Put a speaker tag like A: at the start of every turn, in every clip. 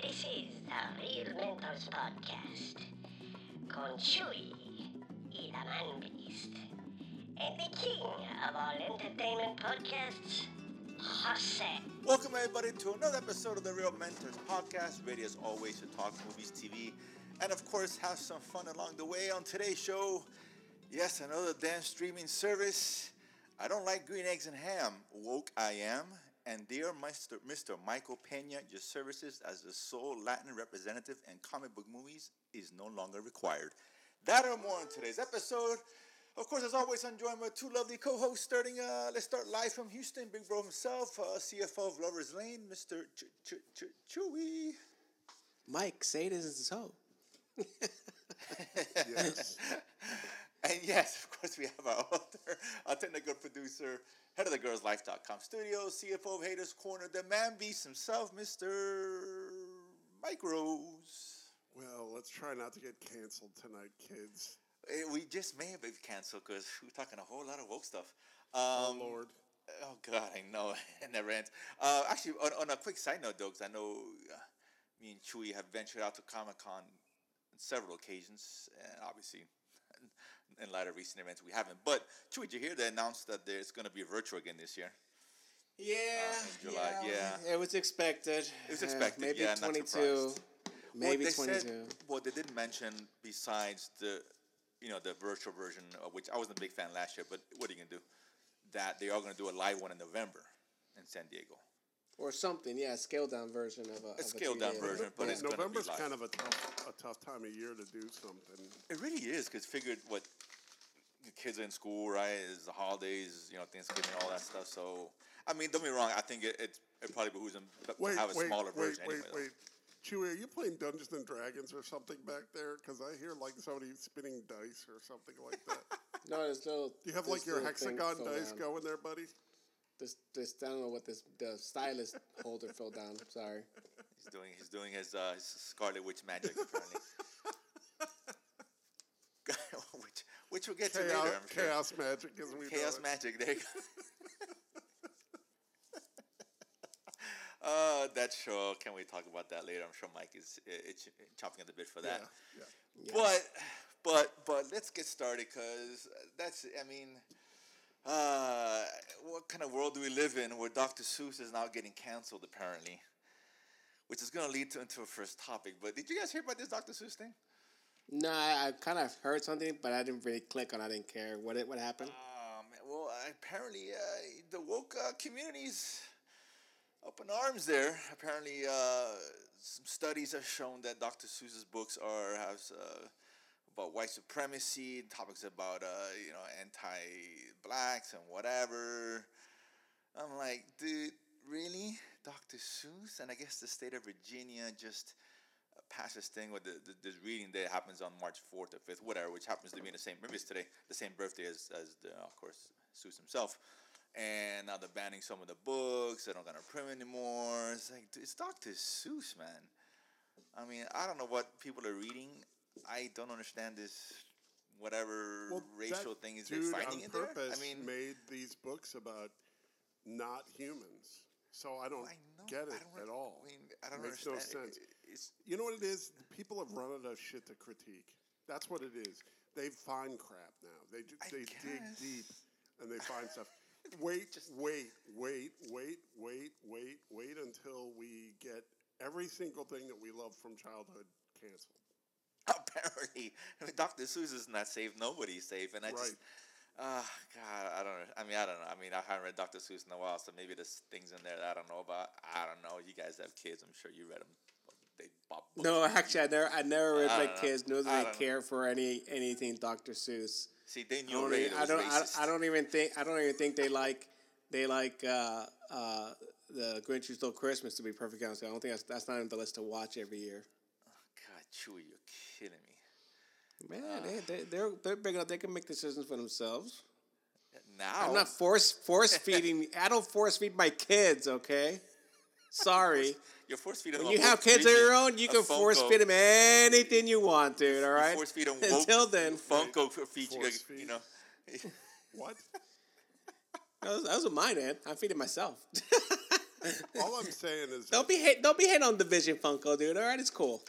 A: This is the Real Mentors Podcast con Chewy, y the Man Beast, and the king of all entertainment podcasts, Jose.
B: Welcome, everybody, to another episode of the Real Mentors Podcast, ready as always to talk movies, TV, and of course, have some fun along the way. On today's show, yes, another damn streaming service. I don't like green eggs and ham. Woke I am. And dear Mr. Mr. Michael Pena, your services as the sole Latin representative in comic book movies is no longer required. That or more in today's episode. Of course, as always, I'm joined by two lovely co-hosts. Starting, uh, let's start live from Houston. Big Bro himself, uh, CFO of Lovers Lane, Mr. Ch- Ch- Ch- Chewy.
C: Mike, say it isn't so.
B: And yes, of course, we have our author, our technical producer, head of the Girls Life.com studio, CFO of Haters Corner, the man beast himself, Mr. Mike Rose.
D: Well, let's try not to get canceled tonight, kids.
B: Eh, We just may have been canceled because we're talking a whole lot of woke stuff.
D: Oh
B: Um,
D: Lord,
B: Oh God, I know it never ends. Uh, actually, on, on a quick side note, though, 'cause I know uh, me and Chewy have ventured out to Comic Con on several occasions, and obviously, in light of recent events, we haven't. But Chewy, did you hear they announced that there's going to be virtual again this year?
C: Yeah,
B: Uh, in July, yeah.
C: It was expected. It
B: was expected,
C: maybe
B: yeah, not
C: 22.
B: surprised.
C: Maybe
B: well, they
C: 22.
B: Said, well, they did mention besides the, you know, the virtual version, of which I wasn't a big fan last year, but what are you gonna do? That they are gonna do a live one in November in San Diego.
C: or something, yeah, a scaled down version of a, of a
B: scaled down
C: TV.
B: version. But it's gonna be
D: November's
B: live.
D: kind of a tough, a tough time of year to do something.
B: It really is because figured what the kids are in school, right? Is the holidays, you know, Thanksgiving, all that stuff. So, I mean, don't be wrong. I think it it, it probably behooves them to
D: Wait,
B: have a
D: wait,
B: smaller
D: wait,
B: version
D: wait,
B: anyway. though.
D: wait. Chewie, are you playing Dungeons and Dragons or something back there? Because I hear like somebody spinning dice or something like that.
C: No, there's little.
D: Do you have like your hexagon dice
C: down.
D: going there, buddy?
C: This, this, I don't know what this the stylus holder fell down. Sorry.
B: He's doing he's doing his, uh, his Scarlet Witch magic apparently. which which we'll get to
D: Chaos,
B: later. I'm sure.
D: chaos magic, as we
B: Chaos
D: know it.
B: magic. There you go. Uh, that show. Can we talk about that later? I'm sure Mike is uh, itch, chopping at the bit for that.
D: Yeah, yeah.
B: But but but let's get started because that's I mean, uh, what kind of world do we live in where Dr. Seuss is now getting canceled apparently, which is gonna lead to into our first topic. But did you guys hear about this Dr. Seuss thing?
C: No, I, I kind of heard something, but I didn't really click on. I didn't care what it what happened.
B: Um, well, apparently uh, the woke uh, communities up in arms there. Apparently, uh, some studies have shown that Dr. Seuss's books are have uh, about white supremacy, topics about uh, you know anti-blacks and whatever. I'm like, dude, really, Dr. Seuss? And I guess the state of Virginia just uh, passed this thing with the, the this reading day happens on March fourth or fifth, whatever, which happens to be in the same maybe it's today, the same birthday as as the, uh, of course Seuss himself. And now they're banning some of the books. They're not gonna print anymore. It's like dude, it's Dr. Seuss, man. I mean, I don't know what people are reading. I don't understand this whatever racial
D: that
B: thing is
D: dude
B: they finding
D: on
B: in there. I
D: purpose
B: mean,
D: made these books about not humans. So I don't
B: I know.
D: get it
B: I don't,
D: at all.
B: I mean, I don't
D: it makes no
B: understand.
D: sense.
B: It- it's-
D: You know what it is? The People have run out of shit to critique. That's what it is. They find crap now. They ju- they dig
B: guess.
D: deep and they find stuff. Wait, wait, wait, wait, wait, wait, wait until we get every single thing that we love from childhood canceled.
B: apparently I mean, Dr. Seuss is not safe. Nobody's safe, and I just
D: Right.
B: ah God, I don't know. I mean, I don't know. I mean, I haven't read Dr. Seuss in a while, so maybe there's things in there that I don't know about. I don't know. You guys have kids. I'm sure you read them. They bop. books.
C: No, actually, I never, I never read
B: I
C: my
B: don't know.
C: kids. Nor did
B: I
C: I,
B: don't know.
C: care for any anything Dr. Seuss.
B: See, they knew
C: I don't,
B: already.
C: even,
B: it
C: I,
B: was
C: don't I,
B: racist.
C: I don't even think I don't even think they like they like uh, uh, the Grinch Who Stole Christmas. To be perfectly honest, I don't think that's, that's not on the list to watch every year.
B: God, Chewy, you're killing me.
C: Man, they, they they're they're big enough. They can make decisions for themselves. Oh.
B: Now
C: I'm not force force feeding. I don't force feed my kids. Okay, sorry.
B: You're force feeding.
C: you have kids of your own. You can force feed them anything you want, dude. All right.
B: Force feed them.
C: Until then,
B: Funko for feature.
D: Force
B: You
D: feed.
B: know.
D: What?
C: that was, that was mine, man. I'm feeding myself.
D: All I'm saying is,
C: Don't be hate, don't be hating on Division Funko, dude. All right, it's cool.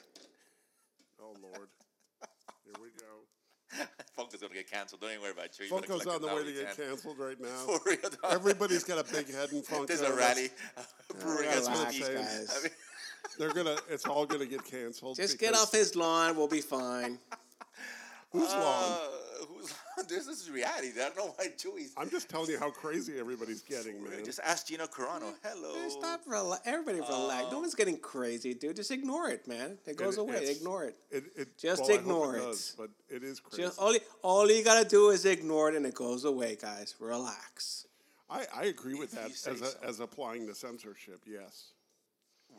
D: oh Lord, here we go.
B: Funko's gonna get canceled. Don't even worry about it. Chewy. You better
D: Funko's
B: collect
D: on the way
B: it
D: to
B: now
D: get
B: while
D: canceled right now.
B: you can. For real, dog.
D: Everybody's got a big head in Funko.
B: There's a
D: That's-
B: rally brewing as we
C: Relax,
B: speak.
C: guys.
B: I mean,
D: They're gonna. It's all gonna get canceled.
C: Just get off his lawn. We'll be fine.
D: Who's
B: uh,
D: long?
B: who's this is reality. I don't know why Chewy's.
D: I'm just telling you how crazy everybody's getting, man.
B: Just ask Gino Carano. Hello.
C: Dude, stop. Rela- Everybody relax. no one's getting crazy, dude. Just ignore it, man. It goes
D: It-
C: away.
D: it's-
C: Ignore it.
D: It, it,
C: Just
D: well, I hope
C: ignore it. oh.
D: does, but it is crazy.
C: Just all, you- all you gotta do is ignore it, and it goes away, guys. Relax.
D: I, I agree with
B: If
D: that
B: you say
D: as, a,
B: so.
D: as applying the censorship. Yes.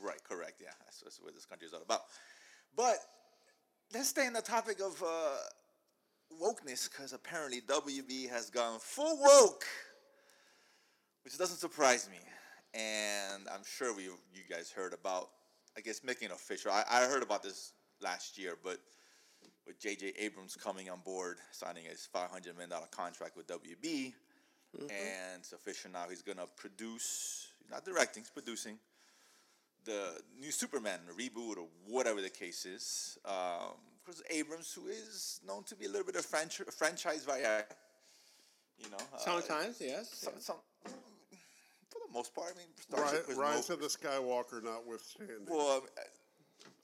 B: Right, correct. Yeah, that's, that's what this country is all about. But let's stay on the topic of uh, wokeness because apparently WB has gone full woke, which doesn't surprise me. And I'm sure we you guys heard about, I guess, making it official. I, I heard about this last year, but with J.J. Abrams coming on board, signing his $500 million contract with WB, and it's official now he's going to produce, not directing, he's producing the new Superman reboot or whatever the case is. Um, Chris Abrams, who is known to be a little bit of franchi- franchise via, you know, uh,
C: Sometimes, yes.
B: some, some, for the most part. I mean,
D: Rise,
B: Starship was
D: Rise
B: no,
D: of the Skywalker notwithstanding.
B: well, um, uh,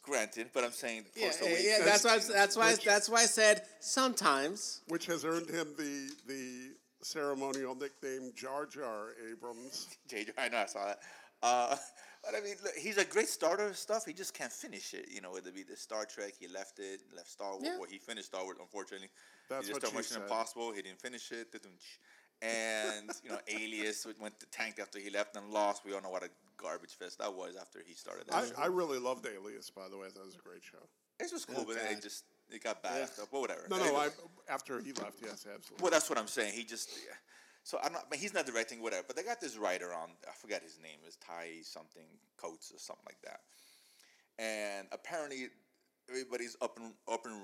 B: granted, but I'm saying
C: Yeah,
B: Force
C: yeah,
B: Awakens-
C: yeah, that's why. That's why. That's why I said sometimes.
D: which has earned him the the ceremonial nickname Jar Jar Abrams.
B: JJ, I know I saw that. Uh, but I mean, look, he's a great starter of stuff. He just can't finish it. You know, whether it be the Star Trek, he left it, left Star Wars.
C: Yeah.
B: Well, he finished Star Wars, unfortunately.
D: That's
B: he
D: what
B: just started
D: she
B: Mission
D: said.
B: Impossible. He didn't finish it. Dudunch. And you know, Alias w- went to tank after he left and lost. We all know what a garbage fest that was after he started that.
D: I,
B: show.
D: I really loved Alias, by the way. That was a great show.
B: it was cool, but then
C: God.
B: it just it got bad after. But whatever.
D: No, no.
B: Anyway.
D: I after he left, yes, absolutely.
B: Well, that's what I'm saying. He just. So I'm not. But he's not directing whatever. But they got this writer on. I forgot his name. It's Ty something Coates or something like that. And apparently, everybody's up in up in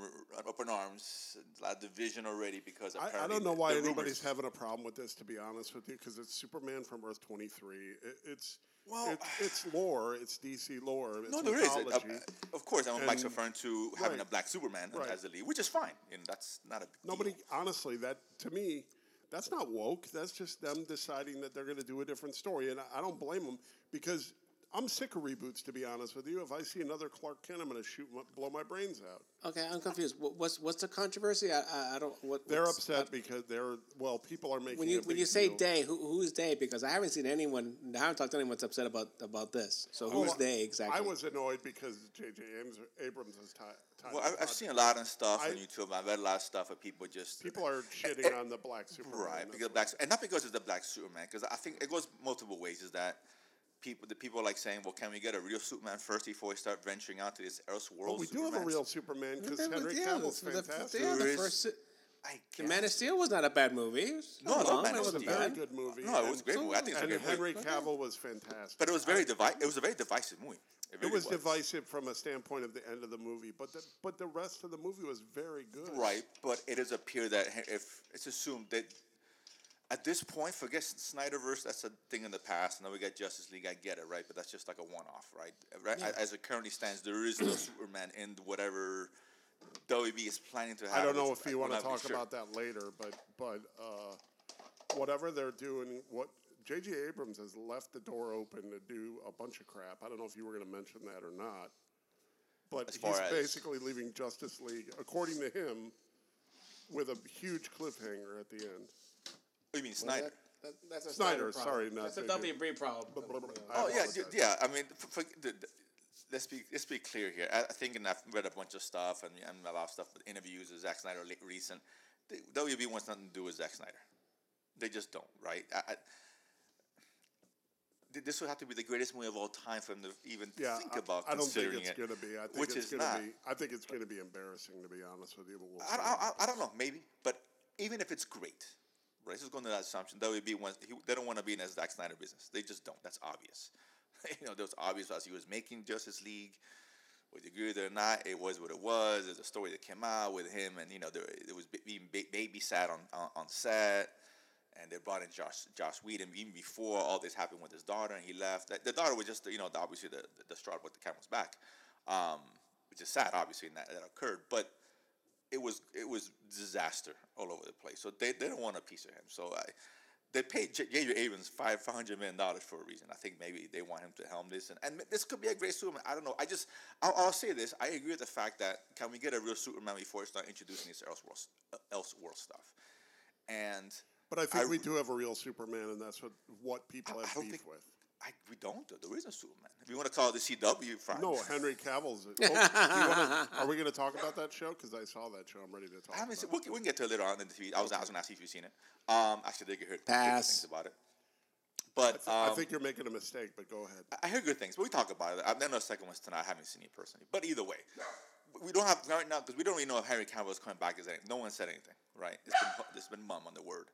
B: up in arms. A lot of division already because apparently
D: I, I don't know why
B: the rumors-
D: anybody's having a problem with this, to be honest with you, because it's Superman from Earth 23. It, it's
B: Well,
D: it, it's lore. It's DC lore. It's
B: No, there is.
D: mythology.
B: Uh, of course, I know Mike's
D: And-
B: referring to having a
D: right.
B: black Superman
D: Right.
B: as the lead, which is fine. And that's not a big deal.
D: Nobody, honestly, that to me, that's not woke. That's just them deciding that they're going to do a different story, and I, I don't blame them because I'm sick of reboots. To be honest with you, if I see another Clark Kent, I'm going to shoot, my, blow my brains out.
C: Okay, I'm confused. What, what's what's the controversy? I I, I don't. What,
D: They're
C: what's-
D: upset because they're well, people are making
C: When you
D: a
C: when
D: big
C: you say
D: deal.
C: they, who who's they? Because I haven't seen anyone. I haven't talked to anyone that's upset about about this. So who's
D: Well,
C: they exactly?
D: I was annoyed because J.J. Abrams, Abrams is tied.
B: Well, I, I've seen a lot of stuff on
D: I-
B: YouTube. I've read a lot of stuff of people just
D: people are shitting on the black Superman.
B: Eh, Right, because black, and not because it's the black Superman, because I think it goes multiple ways. Is that people? The people are like saying, "Well, can we get a real Superman first before we start venturing out to this else world?"
D: But we do have a real Superman because
C: Yeah,
D: Henry
C: yeah,
D: Cavill's
C: the- the-
D: fantastic.
C: yeah,
B: There
C: the
B: is-
C: first.
B: I
C: The
B: guess.
C: Man of Steel was not a bad movie. It was
B: No, I love
C: long,
B: Man of
C: it
D: It was a
C: wasn't
B: Steel.
D: very
C: bad.
D: good movie.
B: no, it
D: and-
B: was a great movie. I think it's a
D: And
B: great movie,
D: Henry Cavill was fantastic.
B: but it was very divi- It was a very divisive movie. It,
D: It
B: really
D: was
B: was.
D: divisive from a standpoint of the end of the movie, but the, but the rest of the movie was very good.
B: Right, but it does appear that Hen- if it's assumed that at this point, forget S- Snyderverse, that's a thing in the past. Now we got Justice League, I get it, right? But that's just like a one off, right? right? a- As it currently stands, there is no Superman in whatever WB is planning to have.
D: I don't know
B: which
D: if you
B: we're
D: want to
B: not really
D: talk
B: sure.
D: about that later, but but uh, whatever they're doing, what J.J. Abrams has left the door open to do a bunch of crap. I don't know if you were going to mention that or not, but
B: As
D: he's
B: far as-
D: basically leaving Justice League, according to him, with a huge cliffhanger at the end.
B: Oh, you mean Snyder?
C: That- that's a
D: Snyder,
C: problem.
D: sorry, not
C: That's a
D: J.J.
C: WB problem.
D: I
B: Oh yeah,
D: apologize.
B: d- yeah. I mean, f for, the, the- let's be let's be clear here. I, I think, and I've read a bunch of stuff and, and a lot of stuff with interviews with Zack Snyder late, recent. The WB wants nothing to do with Zack Snyder. They just don't, right? I, I, Th- this would have to be the greatest movie of all time for them to even
D: Yeah,
B: think
D: I-
B: about
D: I don't think
B: considering
D: it's
B: it.
D: going to be. I think
B: which is
D: it's going
B: not.
D: to be. I think it's going to be embarrassing, to be honest with you. But we'll
B: I,
D: see.
B: I, I- I don't know, maybe, but even if it's great, right? This is going to that assumption WB wants he, they don't want to be in that Zack Snyder business. They just don't. That's obvious. you know, that was obvious as he was making Justice League. Whether you agree with it or not, it was what it was. There's a story that came out with him, and you know, there it was b- being ba- babysat on, on on set, and they brought in Josh Josh Whedon even before all this happened with his daughter, and he left. The- The daughter was just you know the- obviously the the straw but the cat was back, um, which is sad obviously and that, that occurred, but it was it was disaster all over the place. So they, they don't want a piece of him. So I, they paid J- J.J. Abrams five five hundred million dollars for a reason. I think maybe they want him to helm this, and, and this could be a great Superman. I don't know. I just I'll, I'll say this. I agree with the fact that can we get a real Superman before we start introducing this Elseworlds uh, Elseworlds stuff, and
D: But I think
B: I-
D: we do have a real Superman, and that's what, what people
B: I- I
D: have
B: don't
D: beef
B: think-
D: with.
B: I we don't. though. There is a Superman. If you want to call it the CW, fine.
D: No, Henry Cavill's. Oh, do you wanna, are we going to talk about that show? Because I saw that show. I'm ready to talk.
B: I haven't
D: about
B: seen, we'll, we can get to it later on in the TV. I was, I was going to ask you if you've seen it. Um, actually, they could hear good
C: Pass.
B: things about it. But
D: it. I
B: um, uh,
D: think you're making a mistake, but go ahead.
B: I hear good things, but we talk about it. I know the second one's tonight. I haven't seen it personally, but either way, we don't have right now because we don't really know if Henry Cavill is coming back. Is anything? No one said anything, right? It's been it's been mum on the word.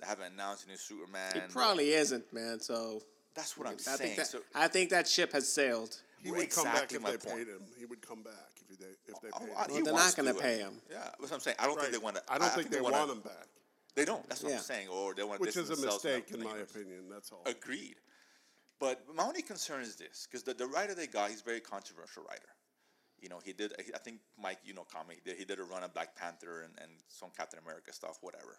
B: They haven't announced a new Superman.
C: It probably isn't, man. So
B: That's what I'm saying.
C: I think that
B: so,
C: I think that ship has sailed.
D: He would come back
B: exactly
D: if
B: my
D: they
B: point.
D: paid him. He would come back if they if they
B: Oh,
D: paid
B: I-
D: him.
B: he
C: they're
B: wants
C: not gonna
B: do it.
C: pay him.
B: Yeah, that's what I'm saying. I don't
D: Right.
B: think they want to.
D: I don't think they
B: wanna-
D: want him back,
B: They don't. That's what
C: Yeah.
B: I'm saying. Or they want
D: which is a mistake in
B: my
D: my
B: opinion.
D: opinion. That's all.
B: Agreed. But my only concern is this, because the, the writer they got, he's a very controversial writer. You know, he did, he- I think Mike, you know, comment, he did, he did a run on Black Panther and, and some Captain America stuff, whatever.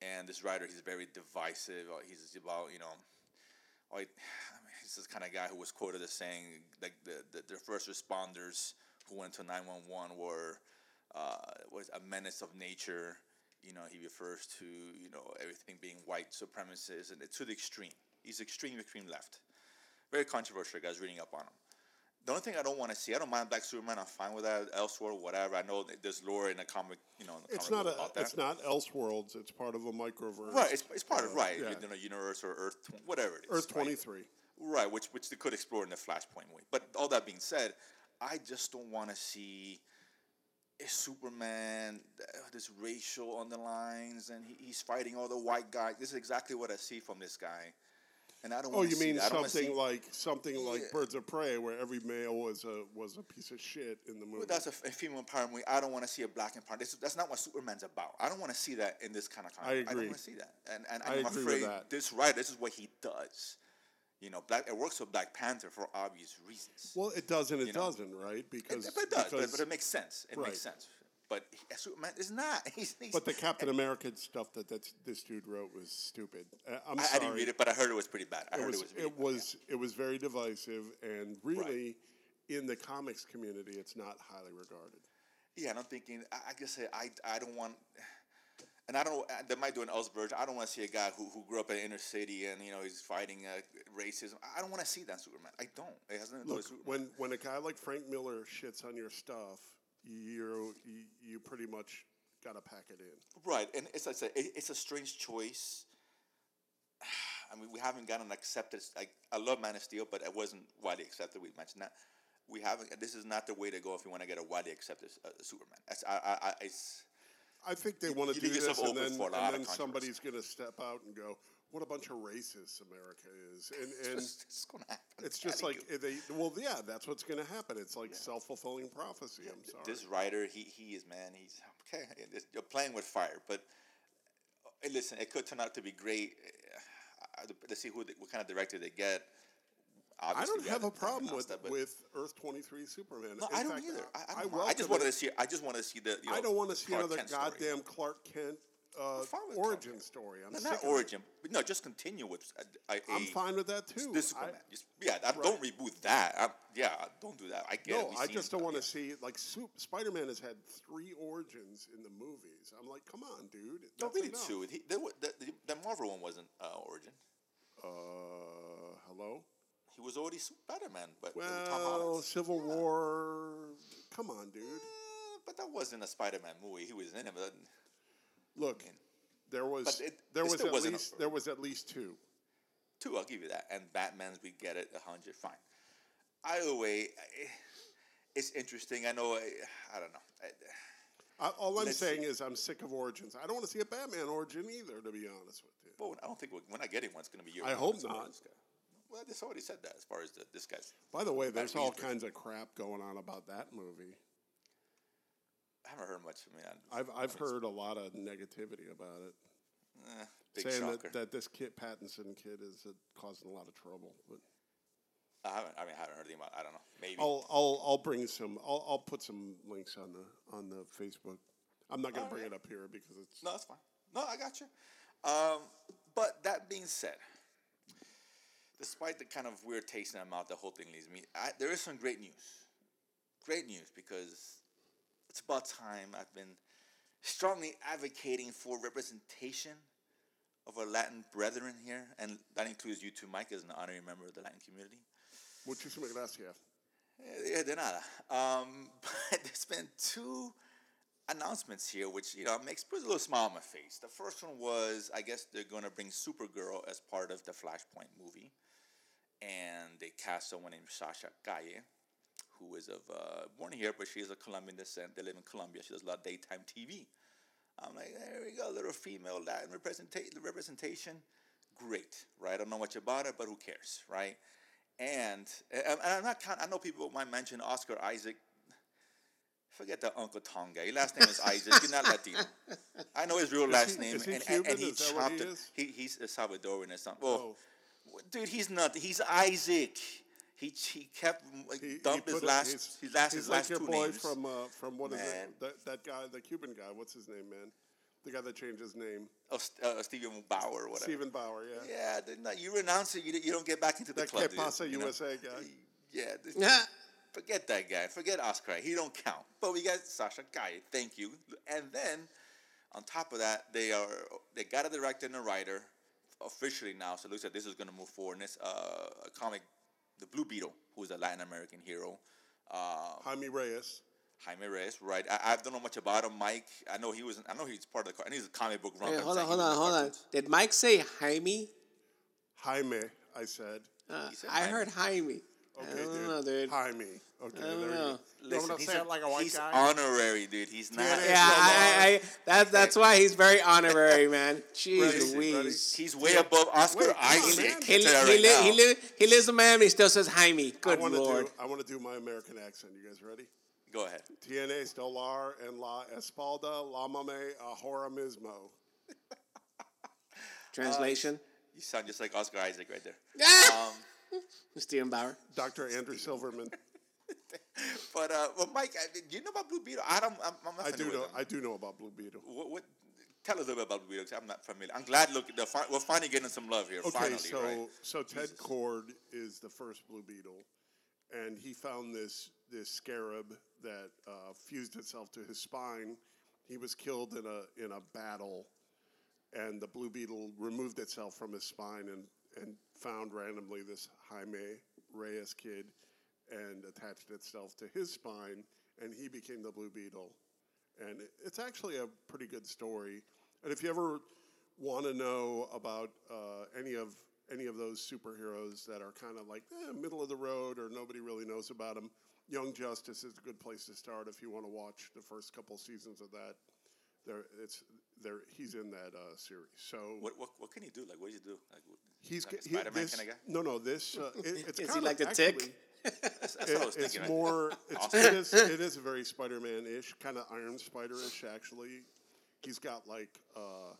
B: And this writer, he's very divisive. or He's about, you know, like, I mean, he's this kind of guy who was quoted as saying, like, the, the, the first responders who went to 911 were uh, was a menace of nature. You know, he refers to, you know, everything being white supremacist and to the extreme. He's extreme, extreme left. Very controversial, guys, reading up on him. The only thing I don't want to see, I don't mind Black Superman. I'm fine with that. Elsewhere, whatever. I know that there's lore in the comic, you know, in the
D: It's
B: comic
D: not
B: book
D: a.
B: about that.
D: It's not Elseworlds. It's part of a microverse.
B: Right, it's, it's part of right,
D: yeah.
B: you know, universe or Earth, tw- whatever it is.
D: Earth
B: right?
D: twenty three.
B: Right, which which they could explore in the Flashpoint way. But all that being said, I just don't want to see a Superman th- this racial underlines and he, he's fighting all the white guys. This is exactly what I see from this guy, and I don't.
D: Oh,
B: wanna
D: you
B: see
D: mean
B: that. I don't wanna
D: something
B: see-
D: like something like Birds of Prey, where every male was a was a piece of shit in the movie.
B: Well, that's a, f- a female empowerment. movie. I don't want to see a black empowerment. This, that's not what Superman's about. I don't want to see that in this kind of comic. I don't
D: agree.
B: want to see that. And and
D: I
B: I'm
D: agree with
B: afraid
D: that.
B: this writer, this is what he does. You know, black. It works with Black Panther for obvious reasons.
D: well, it does and it
B: know.
D: doesn't, right? Because
B: It, but it does, but,
D: because-
B: but it makes sense. It
D: Right.
B: makes sense. But he, Superman is not. He's, he's,
D: but the Captain America stuff that that's, this dude wrote was stupid. Uh, I'm
B: I,
D: sorry.
B: I didn't read it, but I heard it was pretty bad. I
D: It
B: heard
D: was
B: really
D: it
B: bad,
D: was, it was very divisive, and really, in the comics community, it's not highly regarded.
B: Yeah, Yeah, and I'm thinking. I, I guess I I don't want. And I don't. uh, They might do an else version. I don't want to see a guy who, who grew up in inner city and you know he's fighting uh, racism. I- I don't want to see that in Superman. I don't. It has nothing to do
D: Look,
B: with Superman.
D: when when a guy like Frank Miller shits on your stuff, you you, you pretty much got to pack it in.
B: Right, and it's like I said, it, it's a strange choice. I mean, we haven't gotten accepted. Like, I love Man of Steel, but it wasn't widely accepted. We mentioned that we haven't. This is not the way to go if you want to get a widely accepted uh, Superman. That's, I, I, I, it's
D: I think they want to
B: you
D: do
B: leave yourself
D: this, and
B: open
D: then,
B: for a
D: and
B: lot of
D: then
B: controversy.
D: somebody's going to step out and go, "What a bunch of racists America is!" And and
B: it's, it's going to happen.
D: it's just
B: Gotta
D: like eh,
B: go.
D: they, well, yeah, that's what's going to happen. It's like self fulfilling prophecy. I'm sorry.
B: this writer. He he is man. He's okay. and it's- You're playing with fire, but uh, and listen, it could turn out to be great. Uh, uh, Let's see who the, what kind of director they get.
D: I
B: Obviously,
D: don't
B: we
D: have a
B: haven't- haven't
D: problem with
B: announced that, but-
D: with Earth twenty three Superman.
B: No,
D: In
B: I don't
D: fact,
B: either. I, I,
D: I
B: don't mind. I just
D: welcome
B: wanted
D: it.
B: to see. I just want to see the. You know,
D: I don't want to see
B: Clark
D: another
B: Kent story.
D: goddamn Clark Kent uh,
B: I'm fine with Clark
D: origin
B: Kent.
D: story. I'm
B: No,
D: sick
B: not
D: of it.
B: origin. But no, just continue with. uh, I, a-
D: I'm fine with that too.
B: This
D: I-
B: Superman. Just- yeah, I, don't reboot that. i yeah, don't do that. I get. it.
D: no,
B: We've
D: I
B: seen
D: just
B: it,
D: don't
B: but
D: want to
B: yeah.
D: see like Sup- Spider-Man has had three origins in the movies. I'm like, come on, dude.
B: No,
D: That's
B: really,
D: enough.
B: too. He, there, wa- the, the, the Marvel one wasn't uh, origin.
D: Uh, hello.
B: He was already Spider Man, but with Tom
D: Well,
B: Holland.
D: Civil War. Come on, dude.
B: Eh, but that wasn't a Spider Man movie. He was in it, but that-
D: Look, there was
B: But it-
D: there
B: it
D: was
B: still
D: at
B: wasn't a-
D: least there was at least two.
B: two. I'll give you that. And Batman's, we get it, a hundred, fine. Either way, I- it's interesting. I know. I, I don't know. I,
D: I, all I'm
B: Let's see.
D: saying is I'm sick of origins. I don't want to see a Batman origin either, to be honest with you.
B: Well, I don't think we're, we're not getting one. It's going to be your.
D: I
B: one
D: hope
B: as far as
D: not.
B: this guy. Well, this already said that as far as the, this guy's.
D: By the way, there's
B: Batman
D: all
B: origin.
D: kinds of crap going on about that movie.
B: I haven't heard much from him.
D: I've I've heard a lot of negativity about it.
B: Eh, big
D: saying
B: shocker.
D: that, that this kid Pattinson kid is uh, causing a lot of trouble. But
B: I haven't. I mean, I haven't heard anything about. I don't know. Maybe.
D: I'll I'll I'll bring some. I'll I'll put some links on the on the Facebook. I'm not going to bring it up here because it's
B: No, that's fine. No, I got you. Um, but that being said, despite the kind of weird taste in my mouth the whole thing leaves me, I, there is some great news. Great news because it's about time I've been strongly advocating for representation of our Latin brethren here, and that includes you too, Mike, as an honorary member of the Latin community.
D: muchísimas gracias.
B: Yeah, Eh, de nada. Um, but there's been two announcements here, which you know makes puts a little smile on my face. The first one was, I guess they're going to bring Supergirl as part of the Flashpoint movie, and they cast someone named Sasha Calle, who is of uh, born here, but she is of Colombian descent. They live in Colombia. She does a lot of daytime TV. I'm like, there we go, little female Latin representation. Representation, great, right? I don't know much about it, but who cares, right? And, and and I'm not count. I know people might mention Oscar Isaac. Forget the Uncle Tonga. Your last name is Isaac. You're not Latino. I know his real last
D: he-
B: name,
D: is he
B: and, and, and
D: Cuban?
B: he
D: Is that what
B: chopped
D: he
B: it.
D: is? Oh.
B: He, he's a Salvadoran or something. Well, w- dude, he's not. He's Isaac. He he kept like,
D: He- he
B: dumped his
D: put a-
B: last
D: he's-
B: his last
D: he's
B: his
D: like
B: last
D: your
B: two
D: boy
B: names.
D: from uh, from what is
B: Man.
D: it? That, that guy, the Cuban guy. What's his name, man? The guy that changed his name,
B: of St- uh, Stephen Bauer or whatever.
D: Stephen Bauer. Yeah,
B: Yeah, they're not- you renounce it. You, don't- you don't get back into the
D: that
B: club.
D: Que
B: dude,
D: Pasa
B: you know?
D: USA guy.
B: Yeah, th-
C: Yeah.
B: forget that guy. Forget Oscar. He don't count. But we got Sasha Guy. Thank you. And then, on top of that, they are they got a director and a writer officially now. So it looks like this is going to move forward. And this uh, a comic, the Blue Beetle, who is a Latin American hero. Uh,
D: Jaime Reyes.
B: Jaime Reyes, right? I, I don't know much about him, Mike. I know he was. in- I know he's part of the. car- And he's a comic book runner.
C: Hey,
B: it's
C: hold
B: like he
C: on, hold
B: was in
C: on,
B: the
C: hold on.
B: cartoons.
C: Did Mike say Jaime?
D: Jaime, I said.
C: Uh,
B: He said
C: I
B: Jaime.
C: heard Jaime.
D: Okay,
C: I don't
D: dude.
C: know, dude.
D: Jaime. Okay, there
C: don't
D: you
C: know.
D: go.
B: Listen,
D: Don't
B: he's
D: say
B: a-
D: it like a white
B: he's
D: guy.
B: honorary, dude. He's not.
D: Yeah,
C: Yeah, I, I, I that, that's why he's very honorary, man. Jeez
D: Ready?
C: Louise.
B: He's way above Oscar
D: Wait, come on,
B: Isaac.
D: man.
C: He,
B: I'll
C: li-
B: tell you
C: he,
B: right
C: li-
B: now.
C: he, li- he lives in Miami, he still says Jaime.
D: I
C: Good
D: want to
C: lord.
D: do. uh, I want to do my American accent. You guys ready?
B: Go ahead.
D: Tienes dolor en la espalda, la mame ahora mismo.
C: Translation.
B: You sound just like Oscar Isaac right there.
C: Ah! Steven Bauer.
D: Dr. Andrew Silverman.
B: But uh, well, Mike, I- do you know about Blue Beetle? I don't. I'm, I'm not
D: I do
B: familiar
D: know.
B: with him.
D: I do know about Blue Beetle.
B: What, what, tell us a little bit about Blue Beetle. 'cause I'm not familiar. I'm glad. Look, the, fi- we're finally getting some love here.
D: Okay,
B: finally,
D: so
B: right?
D: so Ted Cord is the first Blue Beetle, and he found this this scarab that uh, fused itself to his spine. He was killed in a in a battle, and the Blue Beetle removed itself from his spine and and found randomly this Jaime Reyes kid, and attached itself to his spine, and he became the Blue Beetle. And it- it's actually a pretty good story. And if you ever want to know about uh, any of any of those superheroes that are kind of like eh, middle of the road or nobody really knows about them, Young Justice is a good place to start if you want to watch the first couple seasons of that. There, it's there. He's in that uh, series. So
B: What, what what can he do? Like, what does he do? Like, what-
D: he's
B: like a
D: he-
B: Spider-Man
D: this-
B: kind of guy.
D: No, no. This uh, it- it's
C: Is he
D: kind
C: like
D: of
C: the Tick?
D: actually-
B: That's, that's what I was
D: it's
B: thinking. I-
D: more. It's, it is. It is very Spider-Man-ish, kind of Iron Spider-ish. Actually, he's got like uh,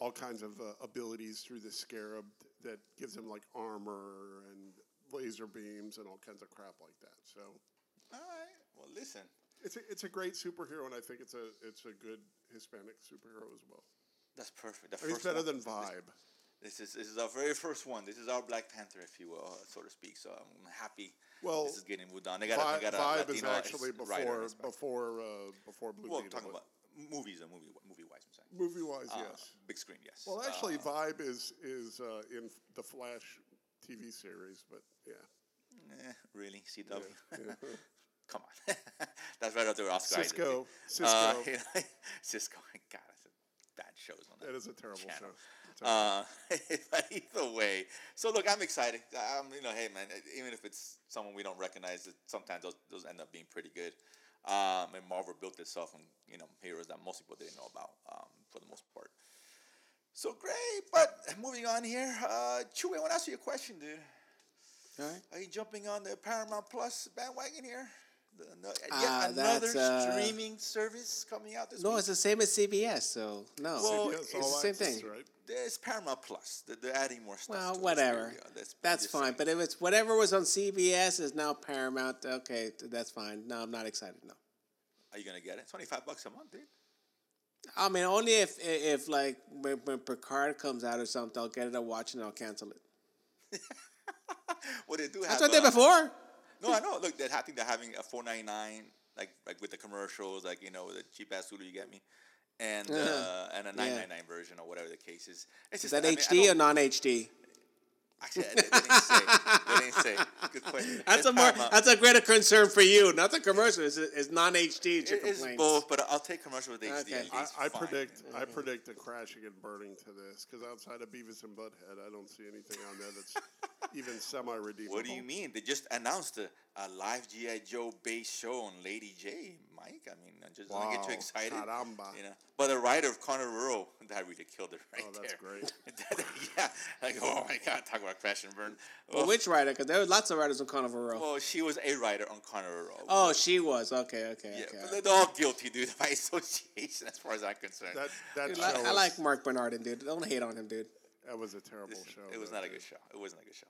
D: all kinds of uh, abilities through the Scarab that gives him like armor and laser beams and all kinds of crap like that. So
B: All right. Well, listen.
D: it's a, it's a great superhero, and I think it's a it's a good Hispanic superhero as well.
B: That's perfect. The
D: I mean, it's
B: first
D: better
B: one.
D: than Vibe.
B: This is this is our very first one. This is our Black Panther, if you will, uh, so to speak. So I'm happy.
D: Well,
B: this is getting moved on. They got,
D: Vi-
B: they got a
D: Vibe is
B: Latino
D: actually
B: s- writer
D: before
B: as well.
D: before uh, before Blue
B: Well, I'm
D: Beetle.
B: talking about movies and movie movie wise. I'm saying
D: movie wise,
B: Uh,
D: yes.
B: big screen. Yes.
D: Well, actually,
B: Uh,
D: Vibe is is uh, in the Flash TV series, but yeah,
B: eh, really, CW. Come on, that's right up there. with Oscar Isaac,
D: Cisco,
B: dude.
D: Cisco.
B: Uh, you know, Cisco. God, that's a bad shows on that.
D: that is a terrible
B: channel.
D: show.
B: Uh, but either way, so look, I'm excited. I'm, you know, hey man, e, even if it's someone we don't recognize, it sometimes those, those end up being pretty good. Um, and Marvel built itself on you know heroes that most people didn't know about um, for the most part. So great, but moving on here, uh, Chewy, I want to ask you a question, dude.
C: All right.
B: Are you jumping on the Paramount Plus bandwagon here? Ano- yet
C: Ah,
B: another
C: that's, uh,
B: streaming service coming out this
C: No,
B: week.
C: it's the same as CBS. So no,
B: Well,
D: CBS
B: it's
D: All
C: the same
D: Access,
C: thing.
D: Right?
B: There's Paramount Plus. They're, they're adding more stuff.
C: Well,
B: to it.
C: whatever.
B: There you go.
C: That's
B: just
C: fine.
B: saying.
C: But if it's whatever was on CBS is now Paramount, okay, th- that's fine. No, I'm not excited. No,
B: Are you gonna get it? Twenty five bucks a month, dude.
C: I mean only if i- if like when, when Picard comes out or something, I'll get it. I'll watch it. and I'll cancel it.
B: Well, they do have.
C: That's what I did
B: uh,
C: before.
B: No, I know. Look, that I think they're having a four ninety nine, like like with the commercials, like you know the cheap ass Hulu you get me, and uh,
C: Uh-huh.
B: and a
C: Yeah.
B: nine nine nine version or whatever the case is. It's
C: Is
B: just
C: that
B: I mean, I
C: HD or
B: don't-
C: non HD?
B: Actually, they, they didn't say. They didn't say. Good question.
C: That's
B: It's
C: a more
B: Paramount.
C: that's a greater concern for you. Not the commercial. It's, it's non HD.
B: It is both, but I'll take commercial with HD.
C: Okay.
B: At least
D: I, I
B: fine.
D: predict I
C: Mm-hmm.
D: predict a crashing and burning to this because outside of Beavis and Butthead, I don't see anything on there that's even semi redeemable.
B: What do you mean? They just announced a, a live GI Joe based show on Lady J, Mike. I mean, I just don't get too
D: Wow,
B: excited.
D: caramba.
B: You know, but the writer of Connor Rowe, that really killed it right
D: Oh,
B: there.
D: that's great.
B: yeah, like oh my god, talk about crash and burn.
C: But
B: Oh,
C: which writer? Because there were lots of writers on Carnival Row.
B: well, she was a writer on Connor Rowe.
C: Oh, she was okay, okay,
B: yeah,
C: okay.
B: but they're all guilty, dude, by association, as far as I'm concerned.
D: That that
C: Dude,
D: show
C: I, I
D: was-
C: like Mark Bernardin, dude. Don't hate on him, dude.
D: that was a terrible show.
B: it was
D: though.
B: not a good show. It wasn't a good show.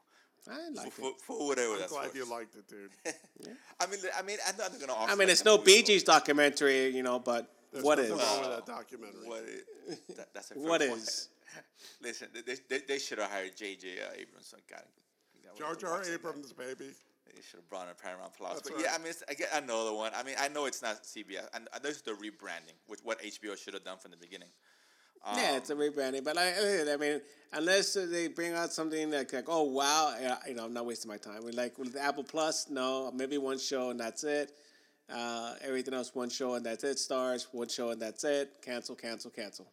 C: I like
B: For,
C: it.
B: for whatever
D: I'm
B: that's
D: glad
B: worth.
D: you liked it, dude.
B: I mean, I mean, I know they're gonna offer.
C: I mean,
B: like,
C: it's
B: the
C: no
B: movie
C: Bee
B: for-
C: Gees documentary, you know, but
D: There's
C: what is?
D: nothing wrong with that documentary.
B: Uh, What is? That, that's a fair
C: What
B: point.
C: is?
B: Listen, they- they, they, they should have hired J.J. Uh, Abrams. I got it.
D: Jar Jar Abrams, baby.
B: They should have brought in Paramount Plus.
D: That's
B: but
D: right.
B: yeah, I mean, it's, I get another one. I mean, I know it's not CBS, and uh, there's the rebranding, which what HBO should have done from the beginning.
C: yeah, it's a rebranding, but like, eh, I mean, unless they bring out something like, like oh wow, eh, you know, I'm not wasting my time. We like with Apple Plus, no, maybe one show and that's it. Uh, everything else, one show and that's it. Stars, one show and that's it. Cancel, cancel, cancel.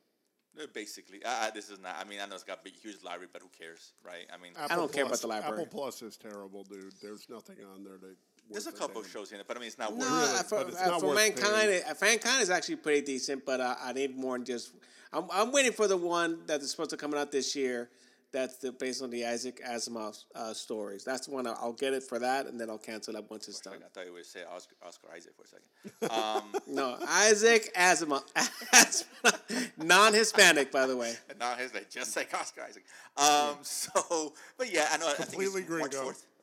B: Uh, Basically, uh, uh, this is not. I mean, I know it's got a big, huge library, but who cares, right? I mean,
D: Apple
C: don't care about
D: Plus-
C: the library.
D: Apple Plus is terrible, dude. There's nothing on there that.
B: there's a
D: worth
B: couple of
D: damn.
B: shows in it, but I mean, it's not
C: No,
B: worth.
C: uh,
D: Really,
C: for,
D: but it's
C: uh,
D: not
C: for
D: worth
C: mankind, uh, mankind is actually pretty decent, but uh, I need more than just. I'm, I'm waiting for the one that is supposed to come out this year. That's the, based on the Isaac Asimov uh, stories. That's the one I'll, I'll get it for that, and then I'll cancel that once it's
B: I
C: done.
B: thought you would say Oscar, Oscar Isaac for a second. Um,
C: No, Isaac Asimov, non-Hispanic, by the way.
B: And now he's like just like Oscar Isaac. Um, so, but yeah, I know. I think it's
D: Completely
B: March
D: gringo.
B: fourth.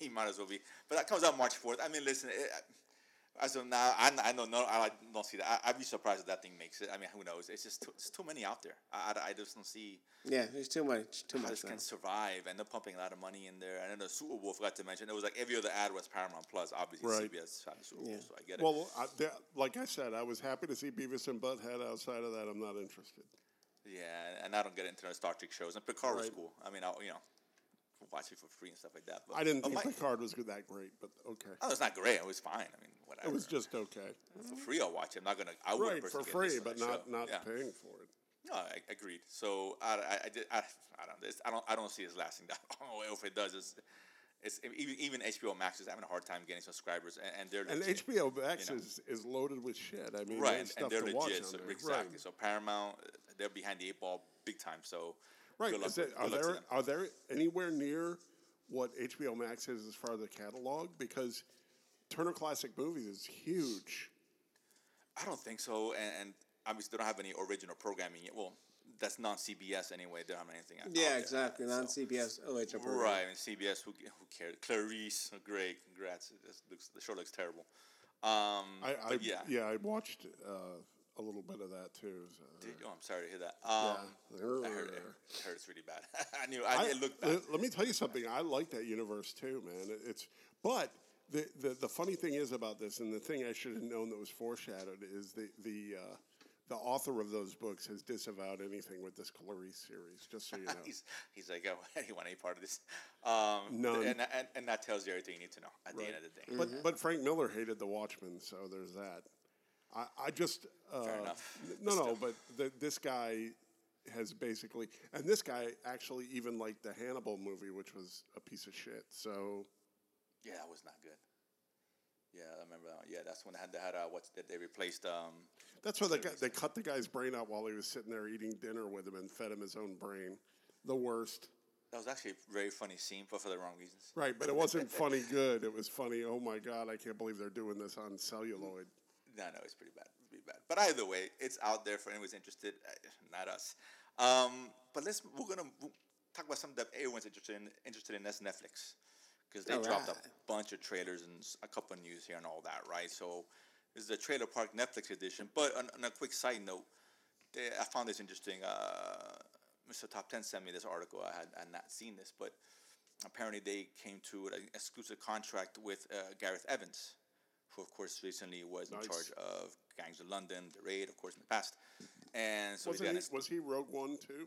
B: He might as well be. But that comes out March fourth. I mean, listen. It, I- as of now, I, I don't know. I don't see that. I, I'd be surprised if that thing makes it. I mean, who knows? It's just too, it's too many out there. I, I, I just don't see
C: Yeah, there's too much, too
B: how
C: much.
B: this
C: now.
B: can survive. And they're pumping a lot of money in there. And then the Super Bowl forgot to mention. It was like every other ad was Paramount Plus. Obviously,
D: Right.
B: CBS shot the Super Bowl,
C: Yeah.
B: so I get it.
D: Well, I, there, like I said, I was happy to see Beavis and Butthead. Outside of that, I'm not interested.
B: yeah, and I don't get into those Star Trek shows. And Picard was
D: Right.
B: cool. I mean, I you know. Watch it for free and stuff like that. But,
D: I didn't
B: but
D: think
B: Oh, my-
D: Picard was good- that great, but okay,
B: Oh, it's not great. It was fine. I mean, whatever.
D: it was just okay.
B: for free. I'll watch it. I'm not gonna. I would
D: Right for free, but not not
B: Yeah.
D: paying for it.
B: No, I, agreed. So I, I, I, did, I, I don't. This, I don't. I don't see it lasting that long. If it does, it's, it's even even HBO Max is having a hard time getting subscribers, and, and they're
D: And
B: legit,
D: HBO Max
B: you know.
D: is, is loaded with shit. I mean,
B: right,
D: there's
B: and,
D: stuff
B: they're
D: to watch
B: legit.
D: on
B: So,
D: there.
B: exactly. So Paramount, uh, they're behind the eight ball big time. So
D: Right.
B: good
D: Right.
B: luck
D: Is it,
B: with-
D: are
B: good luck to
D: there
B: them.
D: are there anywhere near what HBO Max is as far as the catalog? Because Turner Classic Movies is huge.
B: I don't think so, and, and obviously they don't have any original programming yet. Well, that's non CBS anyway. They don't have anything. out
C: Yeah,
B: there,
C: exactly.
B: so-
C: Non-CBS OHR program.
B: Right, and CBS, who, who cared? Clarice, oh, great, congrats. It just looks, the show looks terrible. Um,
D: I, I
B: but yeah.
D: I watched uh, a little bit of that too. So.
B: Dude, oh, I'm sorry to hear that. Um, I heard it, it hurts really bad. I knew. I,
D: I-
B: it looked bad.
D: let, let me tell you something. I like that universe too, man. It- It's but the, the the funny thing is about this, and the thing I should have known that was foreshadowed is the the uh, the author of those books has disavowed anything with this Clarice series. Just so you know,
B: He's, he's like, oh, I don't want any part of this. Um,
D: None.
B: And, and, and that tells you everything you need to know at the end of the day.
D: but but Frank Miller hated The Watchmen, so there's that. I, I just uh,
B: enough.
D: n- no no, but the, this guy has basically, and this guy actually even liked the Hannibal movie, which was a piece of shit. So
B: Yeah, that was not good. Yeah, I remember that. One. Yeah, that's when they had, they had uh, what's that? They replaced. Um,
D: That's why they got, they cut the guy's brain out while he was sitting there eating dinner with him and fed him his own brain. The worst.
B: That was actually a very funny scene, but for the wrong reasons.
D: Right, but it wasn't funny good. It was funny, oh my God, I can't believe they're doing this on celluloid.
B: No, no, it's pretty bad. It's pretty bad. But either way, it's out there for anyone who's interested. Uh, Not us. Um, but let's we're gonna w- talk about something that everyone's interested in. Interested in that's Netflix, because they dropped a
C: Alright.
B: bunch of trailers and s- a couple of news here and all that, right? So this is the Trailer Park Netflix edition. But on, on a quick side note, they, I found this interesting. Uh, Mr. Top Ten sent me this article. I had, I had not seen this, but apparently they came to an exclusive contract with uh, Gareth Evans, who of course recently was in charge of Gangs of London, The Raid, of course in the past. And so they
D: Wasn't
B: got
D: he,
B: this-
D: was he Rogue One too?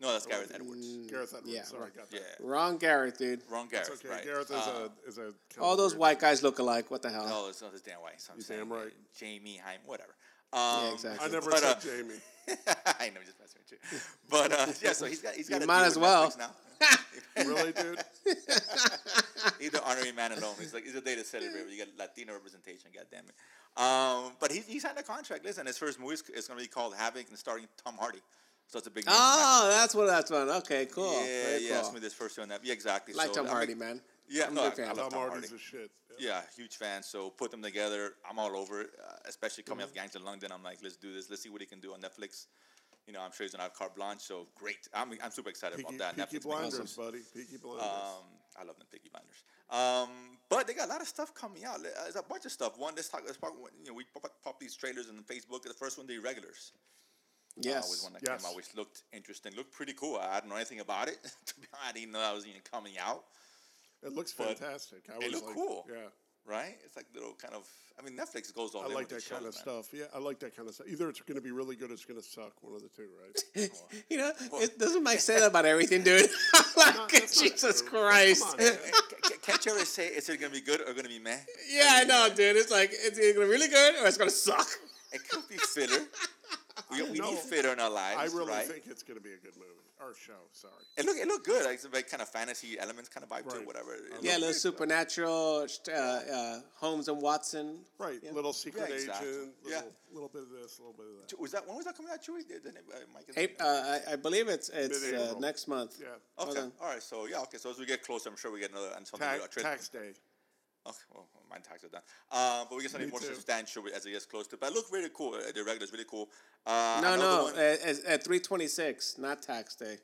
B: no, that's
D: Oh,
B: Gareth Edwards. Mm,
D: Gareth Edwards.
C: yeah,
D: sorry,
C: right.
D: I got
B: Yeah,
D: that.
C: Wrong Garrett, dude.
B: wrong
D: It's
B: Gareth.
D: okay.
B: right.
D: Gareth is
B: Uh,
D: a is a.
C: All those
D: Californian.
C: white guys look alike. What the hell?
B: No, oh, it's not his damn white. So I'm
D: You're
B: saying uh,
D: damn right.
B: Jamie, Heim, whatever. Um,
C: exactly.
D: I never
B: but,
D: said
B: uh,
D: Jamie.
B: I know, just messing with you. But uh, yeah, so he's got he's got. a
C: might
B: deal
C: as
B: with
C: well.
B: Netflix Now.
D: Really, dude?
B: He's the honorary man alone. He's like, it's a day to celebrate. You got Latino representation, God damn it. Um, but he, he signed a contract. Listen, his first movie is, going to be called Havoc and starring Tom Hardy. So it's a big name. for Netflix.
C: Oh, that's what that's one. Okay, cool.
B: Yeah,
C: Very
B: yeah. It's
C: cool.
B: gonna be this first one. That, yeah, exactly.
C: Like
B: so,
C: Tom
B: I'm a-
C: Hardy, man.
B: Yeah,
C: I'm a
B: no,
C: big
B: I-
C: fan.
B: I love
D: Tom
B: Tom Hardy.
D: Hardy's a shit.
B: Yeah, huge fan. So put them together. I'm all over it, uh, especially coming
C: Mm-hmm.
B: off Gangs of London. I'm like, let's do this. Let's see what he can do on Netflix. You know, I'm sure he's gonna have carte blanche. So great. I'm, I'm super excited
D: Peaky,
B: about that.
D: Peaky
B: Netflix making
D: Blinders,
B: some-
D: buddy. Peaky Blinders.
B: um, I love them Piggy Binders. Um, but they got a lot of stuff coming out. Le- uh, There's a bunch of stuff. One, let's talk. Let's pop, you know, we pop, pop these trailers on Facebook. The first one, the Irregulars, uh, was
C: Yes.
B: one that
D: Yes.
B: came out, which looked interesting, looked pretty cool. I didn't know anything about it. To be honest, I didn't know that was even coming out.
D: it looks
B: but
D: fantastic. I
B: it
D: was
B: looked
D: like,
B: cool.
D: Yeah,
B: Right? It's like little kind of. I mean, Netflix goes all.
D: I
B: in
D: like
B: with
D: that
B: the
D: kind of
B: shows, man.
D: stuff. Yeah, I like that kind of stuff. Either it's going to be really good, or it's going to suck. One of the two, right?
C: You know, it doesn't make sense about everything, dude. like,
D: that's not
C: Jesus
D: true. Come
C: Christ.
D: on, man.
B: C- c- Can't you ever say it's either gonna be good or gonna be meh?
C: yeah, I know, dude. It's like, it's either gonna be really good or it's gonna suck.
B: It could be filler. We, we
D: know.
B: need filler in our
D: I
B: lives,
D: really
B: right?
D: think it's going to be a good movie or show. Sorry.
B: It looked it looked good. Like some like kind of fantasy elements, kind of vibe to
D: Right.
B: it, whatever. It
C: Yeah, a
B: looked
C: little
B: good.
C: supernatural, uh, uh, Holmes and Watson.
D: Right, little secret
B: Yeah,
D: agent,
B: exactly.
D: little,
B: Yeah.
D: little bit of this, little bit of that.
B: Ju- Was that when was that coming out, Chewy? Did, did anybody- Mike, is-
C: Ap- uh, I, I believe it's it's uh,
D: Mid-April.
C: next month.
D: Yeah,
C: hold
B: okay,
C: on.
B: all right. So yeah, okay. So as we get closer, I'm sure we get another and something.
D: tax,
B: a trip.
D: tax day.
B: Okay, well, mine tax is done. Uh, but we get something
D: Me
B: more
D: too.
B: substantial as it gets closer. But it looked really cool. Uh, The regular's really cool. Uh,
C: No,
B: another
C: no,
B: one-
C: uh, it's at three twenty six, not tax day.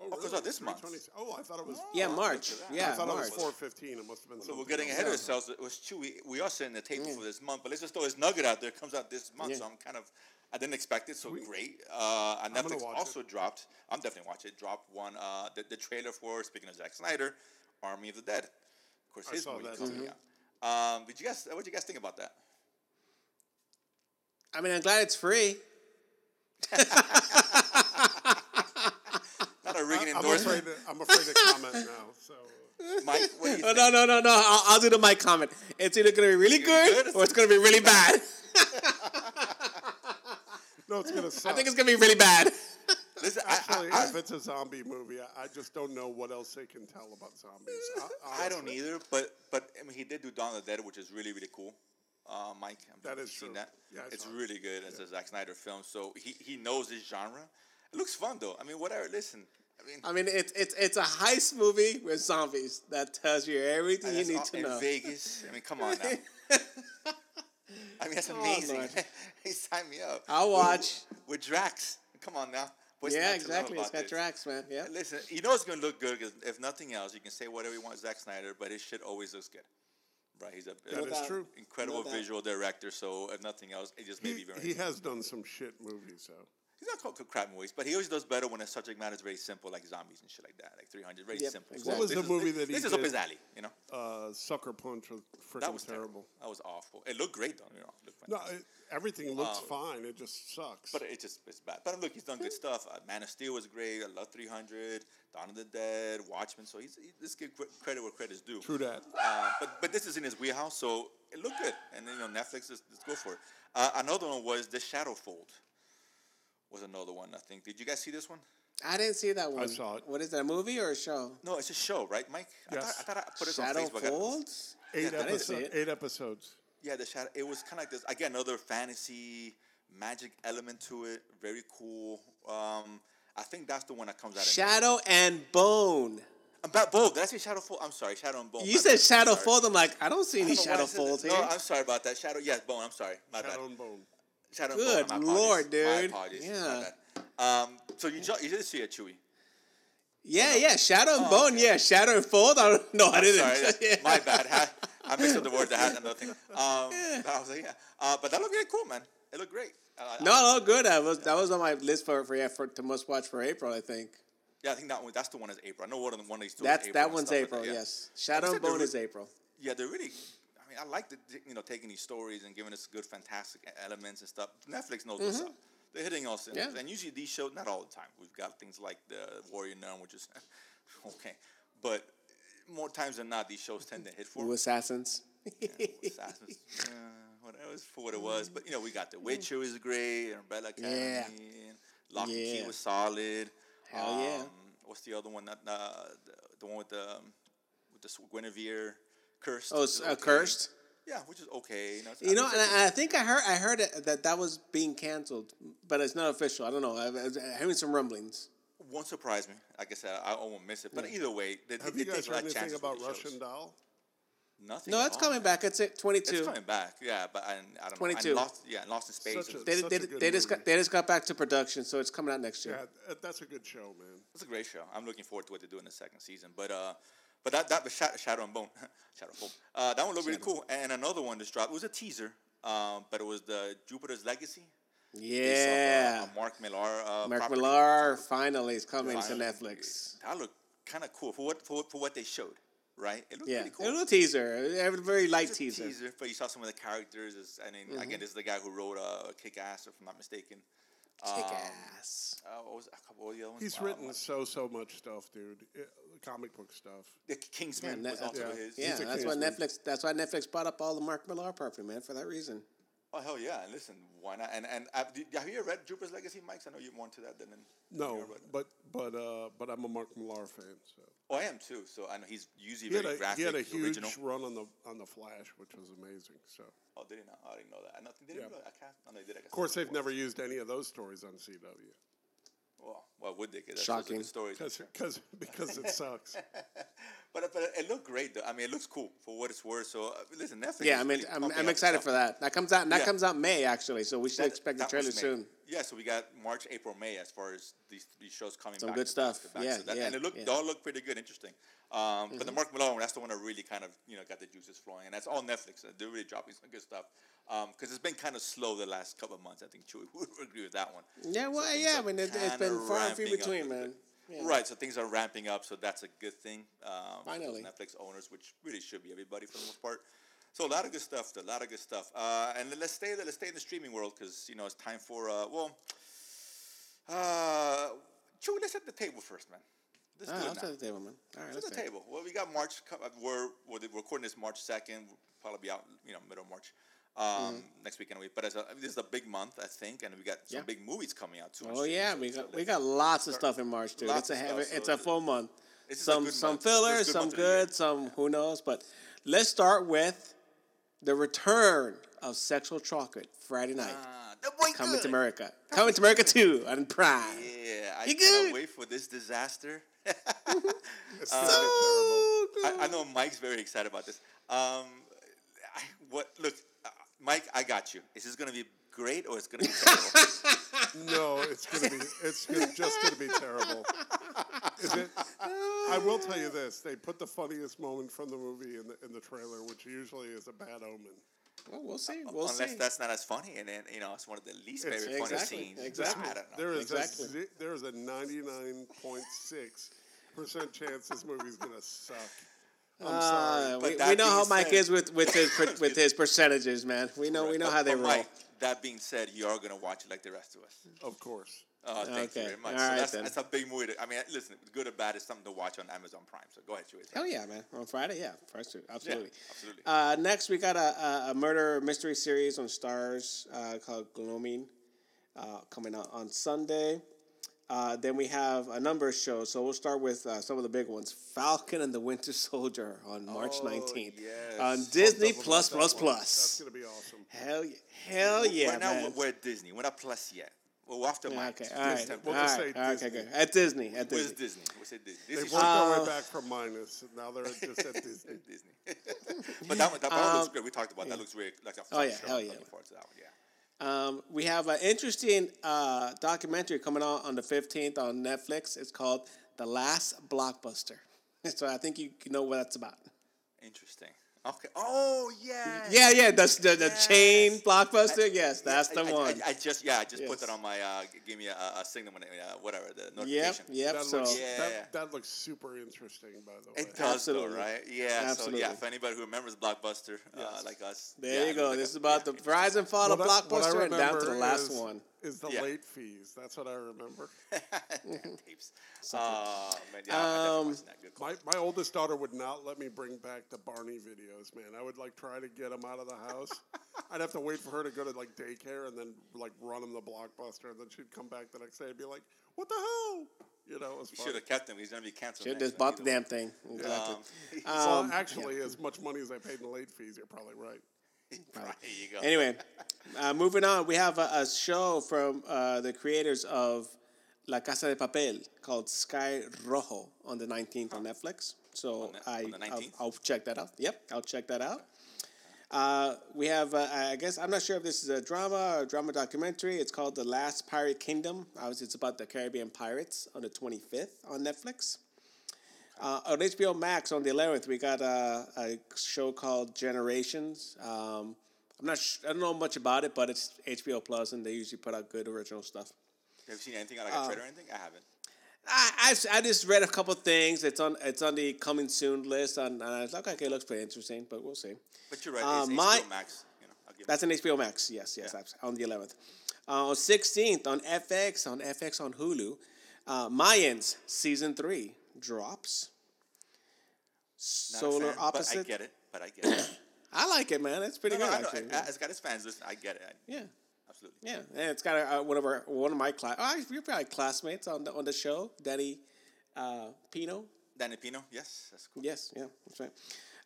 D: Oh,
B: comes out this month.
D: 320 Oh, I thought it was.
C: Yeah,
B: look
C: March.
B: at that.
C: Yeah,
D: I thought
C: March.
D: it was four fifteen. It must have been.
B: so we're
D: something
B: getting
D: else.
B: ahead of ourselves. It was Chewy. We are setting the table for this month. But let's just throw this nugget out there. It comes out this month.
C: Yeah.
B: So I'm kind of. I didn't expect it, so great. Uh, and
D: gonna
B: Netflix
D: watch
B: also dropped. I'm definitely watching. it, Dropped one. Uh, the, the trailer for speaking of Zack Snyder, Army of the Dead. Of course,
D: I
B: his
D: saw
B: movie
D: that
B: coming
D: too.
B: out. Um, did you guys? What did you guys think about that?
C: I mean, I'm glad it's free.
B: Not a ringing
D: I'm
B: endorsement,
D: afraid. To, I'm afraid to comment now. So uh,
B: Mike. What do you
C: Oh,
B: think?
C: no, no, no, no. I'll, I'll do the mic comment. It's either gonna be really
B: Good.
C: good or it's gonna be really bad.
D: no, it's gonna suck.
C: I think it's gonna be really bad.
B: Listen, I- I,
D: Actually, if it's a zombie movie, I, I just don't know what else they can tell about zombies. I,
B: I don't
D: honestly.
B: either, but but I mean, he did do Dawn of the Dead, which is really really cool. Uh, Mike, I'm sure
D: That
B: you've
D: is
B: seen
D: true.
B: that.
D: Yeah, I
B: it's
D: saw it.
B: really good. It's a Zack Snyder film, so he, he knows his genre. It looks fun though. I mean, whatever. Listen, I mean,
C: I mean, it's it's it's a heist movie with zombies. That tells you everything you
B: that's
C: need
B: all-
C: to
B: in
C: know.
B: Vegas. I mean, come on now. I mean, that's
C: Oh,
B: amazing.
C: Lord.
B: he signed me up.
C: I'll
B: With-
C: watch.
B: with Drax. Come on now. What's
C: Yeah,
B: not to love
C: exactly. It's
B: about
C: got
B: this?
C: tracks, man. Yeah.
B: Listen, you know it's gonna look good 'cause if nothing else, you can say whatever you want, Zack Snyder, but his shit always looks good. Right? He's a
D: That
C: doubt.
D: is true.
B: incredible
C: No doubt.
B: visual director. So if nothing else, it just may be
D: He,
B: very.
D: he has done some shit movies though.
B: he's not called called crap movies, but he always does better when the subject matter is very simple, like zombies and shit like that, like 300, very
C: Yep,
B: simple.
C: exactly. What
D: was
B: this
D: the
B: is-
D: movie
B: this-
D: that he
B: This is up
D: did?
B: his alley, you know.
D: Uh, Sucker Punch was freaking
B: That was
D: terrible.
B: terrible. That was awful. It looked great though. You know, it looked
D: No,
B: fantastic.
D: it, everything looks fine. It just sucks.
B: Um, but it just it's bad. But look, he's done good stuff. Uh, Man of Steel was great. I love 300, Dawn of the Dead, Watchmen. So he's he, let's give cre- credit where credit's due.
D: True that.
B: Uh, but but this is in his wheelhouse, so it looked good. And then you know Netflix, let's, let's go for it. Uh, another one was The Shadow Fold. Was another one I think. Did you guys see this one?
C: I didn't see that one.
D: saw it.
C: What is that? A movie or a show?
B: No, it's a show, right, Mike?
D: Yes.
B: I, thought, I thought I put this
C: Shadow
B: on Facebook. I-
C: Folds.
D: eight,
C: I didn't see
D: episo-
C: it.
D: eight episodes.
B: yeah, The Shadow. It was kind of like this again, another fantasy magic element to it. Very cool. Um, I think that's the one that comes out.
C: Shadow and Bone.
B: Of Bat Bold. Did I say Shadow Fold? I'm sorry, Shadow and Bone.
C: You
B: My
C: said
B: bad.
C: Shadow
B: Sorry.
C: Fold. I'm like, I don't see
B: I
C: any
B: don't know why I
C: Shadow
B: said that.
C: Folds here.
B: No, I'm sorry about that. Shadow, yes, Bone. I'm sorry. My bad.
D: Shadow and Bone.
B: Shadow and
C: Good
B: Bone. My
C: lord,
B: apologies. My
C: dude.
B: apologies. My
C: Yeah.
B: bad. Um, so you, ju- you did see it, Chewy.
C: yeah, yeah, Shadow and
B: Oh,
C: Bone.
B: okay.
C: Yeah, Shadow and Fold. I don't, no, I didn't.
B: Sorry,
C: yeah.
B: that- my bad. I, I mixed up the word. I had another thing. Um, I was like, yeah. Uh, but that looked really cool, man. It looked great. Uh, I-
C: No, no, good. I was that was on my list for for, yeah, for to must watch for April. I think
B: yeah, I think that one. That's the one is April. I know one of them. One of these two. is
C: that's
B: April
C: that
B: and
C: one's
B: stuff like
C: April.
B: that, yeah.
C: Yes, Shadow and
B: Except the
C: Bone
B: re-
C: is April.
B: Yeah, they're really. I mean, I like the you know taking these stories and giving us good, fantastic e- elements and stuff. Netflix knows what's up. They're hitting all cylinders,
C: Mm-hmm. Yeah.
B: and usually these shows not all the time. We've got things like the Warrior Nun, which is okay, but more times than not, these shows tend to hit for
C: Blue Assassins.
B: Assassins, uh, whatever it's for what it was. But you know, we got The Witcher was great, and Umbrella Academy,
C: Yeah.
B: and Lock and Key
C: Yeah.
B: was solid. Um,
C: Hell yeah.
B: What's the other one? Not uh, the, the one with the um, with the sw- Guinevere cursed.
C: Oh,
B: is
C: it's, uh,
B: okay.
C: Cursed.
B: Yeah, which is okay. You know, it's- I
C: You know,
B: think
C: and
B: it's
C: I, I think I heard I heard it, that that was being canceled, but it's not official. I don't know. I, I, hearing some rumblings.
B: okay. won't surprise me. Like I said, I, I won't miss it. But either way, they,
D: Have
B: they
D: you
B: take
D: guys
B: a lot
D: heard
B: of
D: anything
B: chances with
D: about
B: these shows.
D: Russian Doll?
B: Nothing.
C: No,
B: at
C: it's
B: all,
C: coming
B: man.
C: back. It's it. Twenty
B: It's
C: two.
B: coming back. Yeah, but I, I don't know.
C: 22.
B: And lost, yeah, and lost in space.
D: Such a-
C: They,
D: Such
C: they,
D: good
C: they just got,
D: movie.
C: they just got back to production, so it's coming out next year.
D: Yeah, that- that's a good show, man.
B: It's a great show. I'm looking forward to what they do in the second season. But uh, but that that was Shadow, Shadow and Bone, Shadow and Bone. Uh, that one looked really cool. And another one just dropped. It was a teaser. Um, but it was the Jupiter's Legacy. based off, uh,
C: Yeah,
B: a Mark Millar. Uh,
C: Mark
B: property.
C: Millar finally is coming
B: Finally.
C: to Netflix.
B: That looked kind of cool for what for, what- for what they showed, right? It looked
C: Yeah,
B: pretty cool.
C: a little teaser, a very light
B: It's a
C: teaser.
B: but you saw some of the characters. Is, I mean,
D: Mm-hmm.
B: again, this is the guy who wrote uh, Kick Ass, if I'm not mistaken.
C: Kick
B: Um,
C: ass.
B: Uh, what was a couple of the other ones?
D: He's
B: Um,
D: written so so much stuff, dude. Uh, comic book stuff.
B: The Kingsman
C: Yeah,
B: was
C: ne-
B: also
D: yeah.
B: his.
C: Yeah,
D: a
C: that's why
D: Kingsman.
C: Netflix. That's why Netflix bought up all the Mark Millar property, man, for that reason.
B: Oh hell yeah! And listen, why not? And and uh, do- have you ever read Jupiter's Legacy, Mike? I know you're more into that than. than
D: No,
B: you're read-
D: but but uh, but I'm a Mark Millar fan. So
B: Oh, I am too. So I know he's usually
D: he had
B: very
D: a,
B: graphic,
D: he had a huge
B: original.
D: run on the on the Flash, which was amazing. So of
B: Oh, did he not? I didn't know that. I nothing. Did
D: Yeah.
B: he really? I can't. I know he did. Of
D: course, they've never used any of those stories on CW
B: Well, why would they? 'Cause That's Shocking.
C: Shocking.
B: Stories.
D: because because because it sucks.
B: But but it looked great though. I mean, it looks cool for what it's worth. So uh, listen, Netflix.
C: Yeah,
B: is
C: I mean,
B: really
C: I'm,
B: pumping
C: I'm
B: out
C: excited
B: stuff.
C: for that. That comes out. That
B: Yeah.
C: comes out May actually, so we should
B: That-
C: expect the
B: that
C: trailer
B: was May.
C: soon.
B: Yeah, so we got March, April, May as far as these, these shows coming
C: Some
B: back.
C: good
B: to back
C: stuff.
B: to back.
C: Yeah,
B: so that,
C: yeah,
B: And it looked,
C: yeah. Mm-hmm.
B: they all look pretty good, interesting. Um, But the Mark Malone, that's the one that really kind of you know got the juices flowing, and that's all Netflix. They're really dropping some good stuff because it's been kind of slow the last couple of months. I think Chewy would agree with that one.
C: Yeah, well,
B: things
C: yeah.
B: are
C: I mean, it, it's
B: kinda
C: been far and
B: ramping
C: few
B: up a
C: between,
B: little
C: man.
B: bit.
C: Yeah.
B: Right, so things are ramping up, so that's a good thing. Um, for those
C: Finally.
B: Netflix owners, which really should be everybody for the most part. So a lot of good stuff, a lot of good stuff. Uh, and let's stay let's stay in the streaming world because you know it's time for uh, well, uh, Chewy, let's set the table first, man. Let's
C: All
B: do it
C: right, I'll
B: now.
C: Ah, set the table, man. All right,
B: Set
C: let's
B: the
C: do it.
B: table. Well, we got March. co- uh, We're we're recording this March second. Probably be out, you know, middle of March. Um, Next weekend, we. But as a, this is a big month, I think, and we got some
C: Mm-hmm. Yeah.
B: big movies coming out too. on
C: Oh
B: streaming,
C: yeah,
B: so
C: we
B: it's a
C: got
B: little-
C: we got lots of stuff in March, dude.
B: Lots
C: It's a
B: of
C: heavy,
B: stuff,
C: it's
B: so
C: a full month.
B: This is a
C: Some
B: good
C: some
B: month. It's a
C: fillers,
B: good
C: some
B: month of the year.
C: good, some who knows. But let's start with the return of Sexual Chocolate Friday night.
B: Ah, that boy
C: Coming
B: good.
C: to America, coming to America too on Prime.
B: Yeah, I
C: He
B: can't
C: good.
B: wait for this disaster.
D: It's
B: Uh,
D: so
B: I, I know Mike's very excited about this. Um, I, what? Look, uh, Mike, I got you. Is this gonna be great or it's gonna be terrible?
D: terrible. No, it's gonna be it's gonna, just gonna be terrible. Is it? I will tell you this: they put the funniest moment from the movie in the in the trailer, which usually is a bad omen.
C: Well, we'll see. We'll
B: Unless
C: see.
B: that's not as funny, and then you know it's one of the least
D: It's-
B: favorite funny
C: Exactly,
B: scenes.
C: exactly.
B: I don't know.
D: There is
C: Exactly.
D: a ze- there is a ninety nine point six percent chance this movie's gonna suck. I'm
C: Uh,
D: sorry.
B: But
C: we,
B: that
C: we know
B: being
C: how Mike
B: said-
C: is with with his per- with his percentages, man. We know we know
B: But-
C: how they
B: but
C: roll.
B: Mike, that being said, you are gonna watch it like the rest of us.
D: Of course.
B: Oh, thank
C: Okay,
B: you very much.
C: all
B: so
C: right
B: that's,
C: then.
B: that's a big movie. To, I mean, listen, good or bad is something to watch on Amazon Prime. So go ahead, Chewy.
C: Hell Oh, yeah, man! On Friday, yeah, first two, absolutely.
B: absolutely.
C: Uh, next, we got a, a, a murder mystery series on Stars uh, called Gloaming, uh, coming out on Sunday. Uh, then we have a number of shows, so we'll start with uh, some of the big ones: Falcon and the Winter Soldier on March nineteenth
B: Oh, yes.
C: on Disney
D: Double
C: Plus
D: that
C: Plus
D: one. That's
C: Plus.
D: gonna be awesome.
C: Hell yeah! Hell yeah,
B: Right now
C: man!
B: we're, we're at Disney. We're not Plus yet. Well, off the mic.
C: Okay,
B: It's
C: all right.
B: September.
D: We'll
C: all
D: just
C: right.
D: say
C: all right, Okay,
D: Disney.
C: good. At Disney. At
B: Where's
C: Disney.
B: Disney? What's it Disney?
D: They
B: Disney.
D: worked their way back from minus. and Now they're just at Disney.
B: Disney. but that one, that one looks great. We talked about that. Looks great. Like a fun
C: Um, yeah,
B: show.
C: hell
B: I'm
C: yeah.
B: Looking forward to that one. Yeah.
C: Um, we have an interesting uh, documentary coming out on the 15th on Netflix. It's called The Last Blockbuster. So I think you know what that's about.
B: Interesting. Okay. Oh yeah.
C: Yeah, yeah, that's the, the chain
B: Yes.
C: blockbuster. yes, that's
B: I-
C: the
B: I-
C: one.
B: I, I just yeah, I just put that
C: Yes.
B: on my uh, g- give me a, a signal when it, uh, whatever the
C: yep,
B: notification.
C: yep.
D: That,
C: So
D: looks,
B: Yeah.
D: that, that looks super interesting, by the way.
B: It does
C: Absolutely.
B: though, right? Yeah. So yeah,
C: Absolutely.
B: if anybody who remembers Blockbuster, uh, like us.
C: there
B: yeah,
C: you
B: it
C: go.
B: looks like
C: This
B: a-
C: is about
B: yeah,
C: the rise and fall of
D: What I- what I
C: blockbuster and down to the
D: remember
C: last
D: is-
C: one.
D: Is the
B: Yeah.
D: late fees. That's what I remember.
B: tapes. Oh man, yeah, I'm definitely
C: Um,
B: watching that. Good call.
D: My, my oldest daughter would not let me bring back the Barney videos, man. I would like try to get them out of the house. I'd have to wait for her to go to like daycare and then like run them the blockbuster, and then she'd come back the next day and be like, "What the hell?" You know, it was
B: You should
D: fun.
B: have kept them. He's gonna be canceled.
C: Should
B: next
C: just
B: time, Um,
C: bought
B: you
C: the
B: know.
C: damn thing. Exactly.
D: Well, actually, as much money as I paid in late fees, you're probably right.
B: Right, there you go.
C: Anyway, uh, moving on, we have a, a show from uh, the creators of La Casa de Papel called Sky Rojo on the 19th on Netflix. So
B: the-
C: I,
B: on the
C: I'll,
B: 19th?
C: I'll check that out. Yep, I'll check that out. Uh, we have, uh, I guess, I'm not sure if this is a drama or a drama documentary. It's called The Last Pirate Kingdom. Obviously, it's about the Caribbean pirates on the 25th on Netflix. Uh, on HBO Max on the 11th, we got a, a show called Generations. Um, I'm not, sh- I don't know much about it, but it's HBO Plus, and they usually put out good original stuff.
B: Have you seen anything
C: Uh,
B: like a trailer or anything? I haven't.
C: I, I've, s- I just read a couple things. It's on it's on the coming soon list, and, and I was like, okay, it looks pretty interesting, but we'll see.
B: But you're right.
C: Uh,
B: it's
C: my-
B: HBO Max. You know, I'll give it.
C: That's an HBO Max. Yes, yes, abs- on the 11th. Uh, on 16th on FX, on FX on Hulu, uh, Mayans season three drops.
B: Not a
C: Solar
B: fan, But I
C: opposite.
B: get it. But I get it.
C: I like it, man. It's pretty
B: no, no,
C: good
B: I know,
C: actually.
B: I- I- it's got its fans. Listen, I get it. I,
C: yeah,
B: Absolutely.
C: yeah, and it's got uh, one of our one of my class. Oh, you're probably classmates on the on the show, Danny uh, Pino.
B: Danny Pino. Yes, that's cool.
C: Yes, yeah, that's right.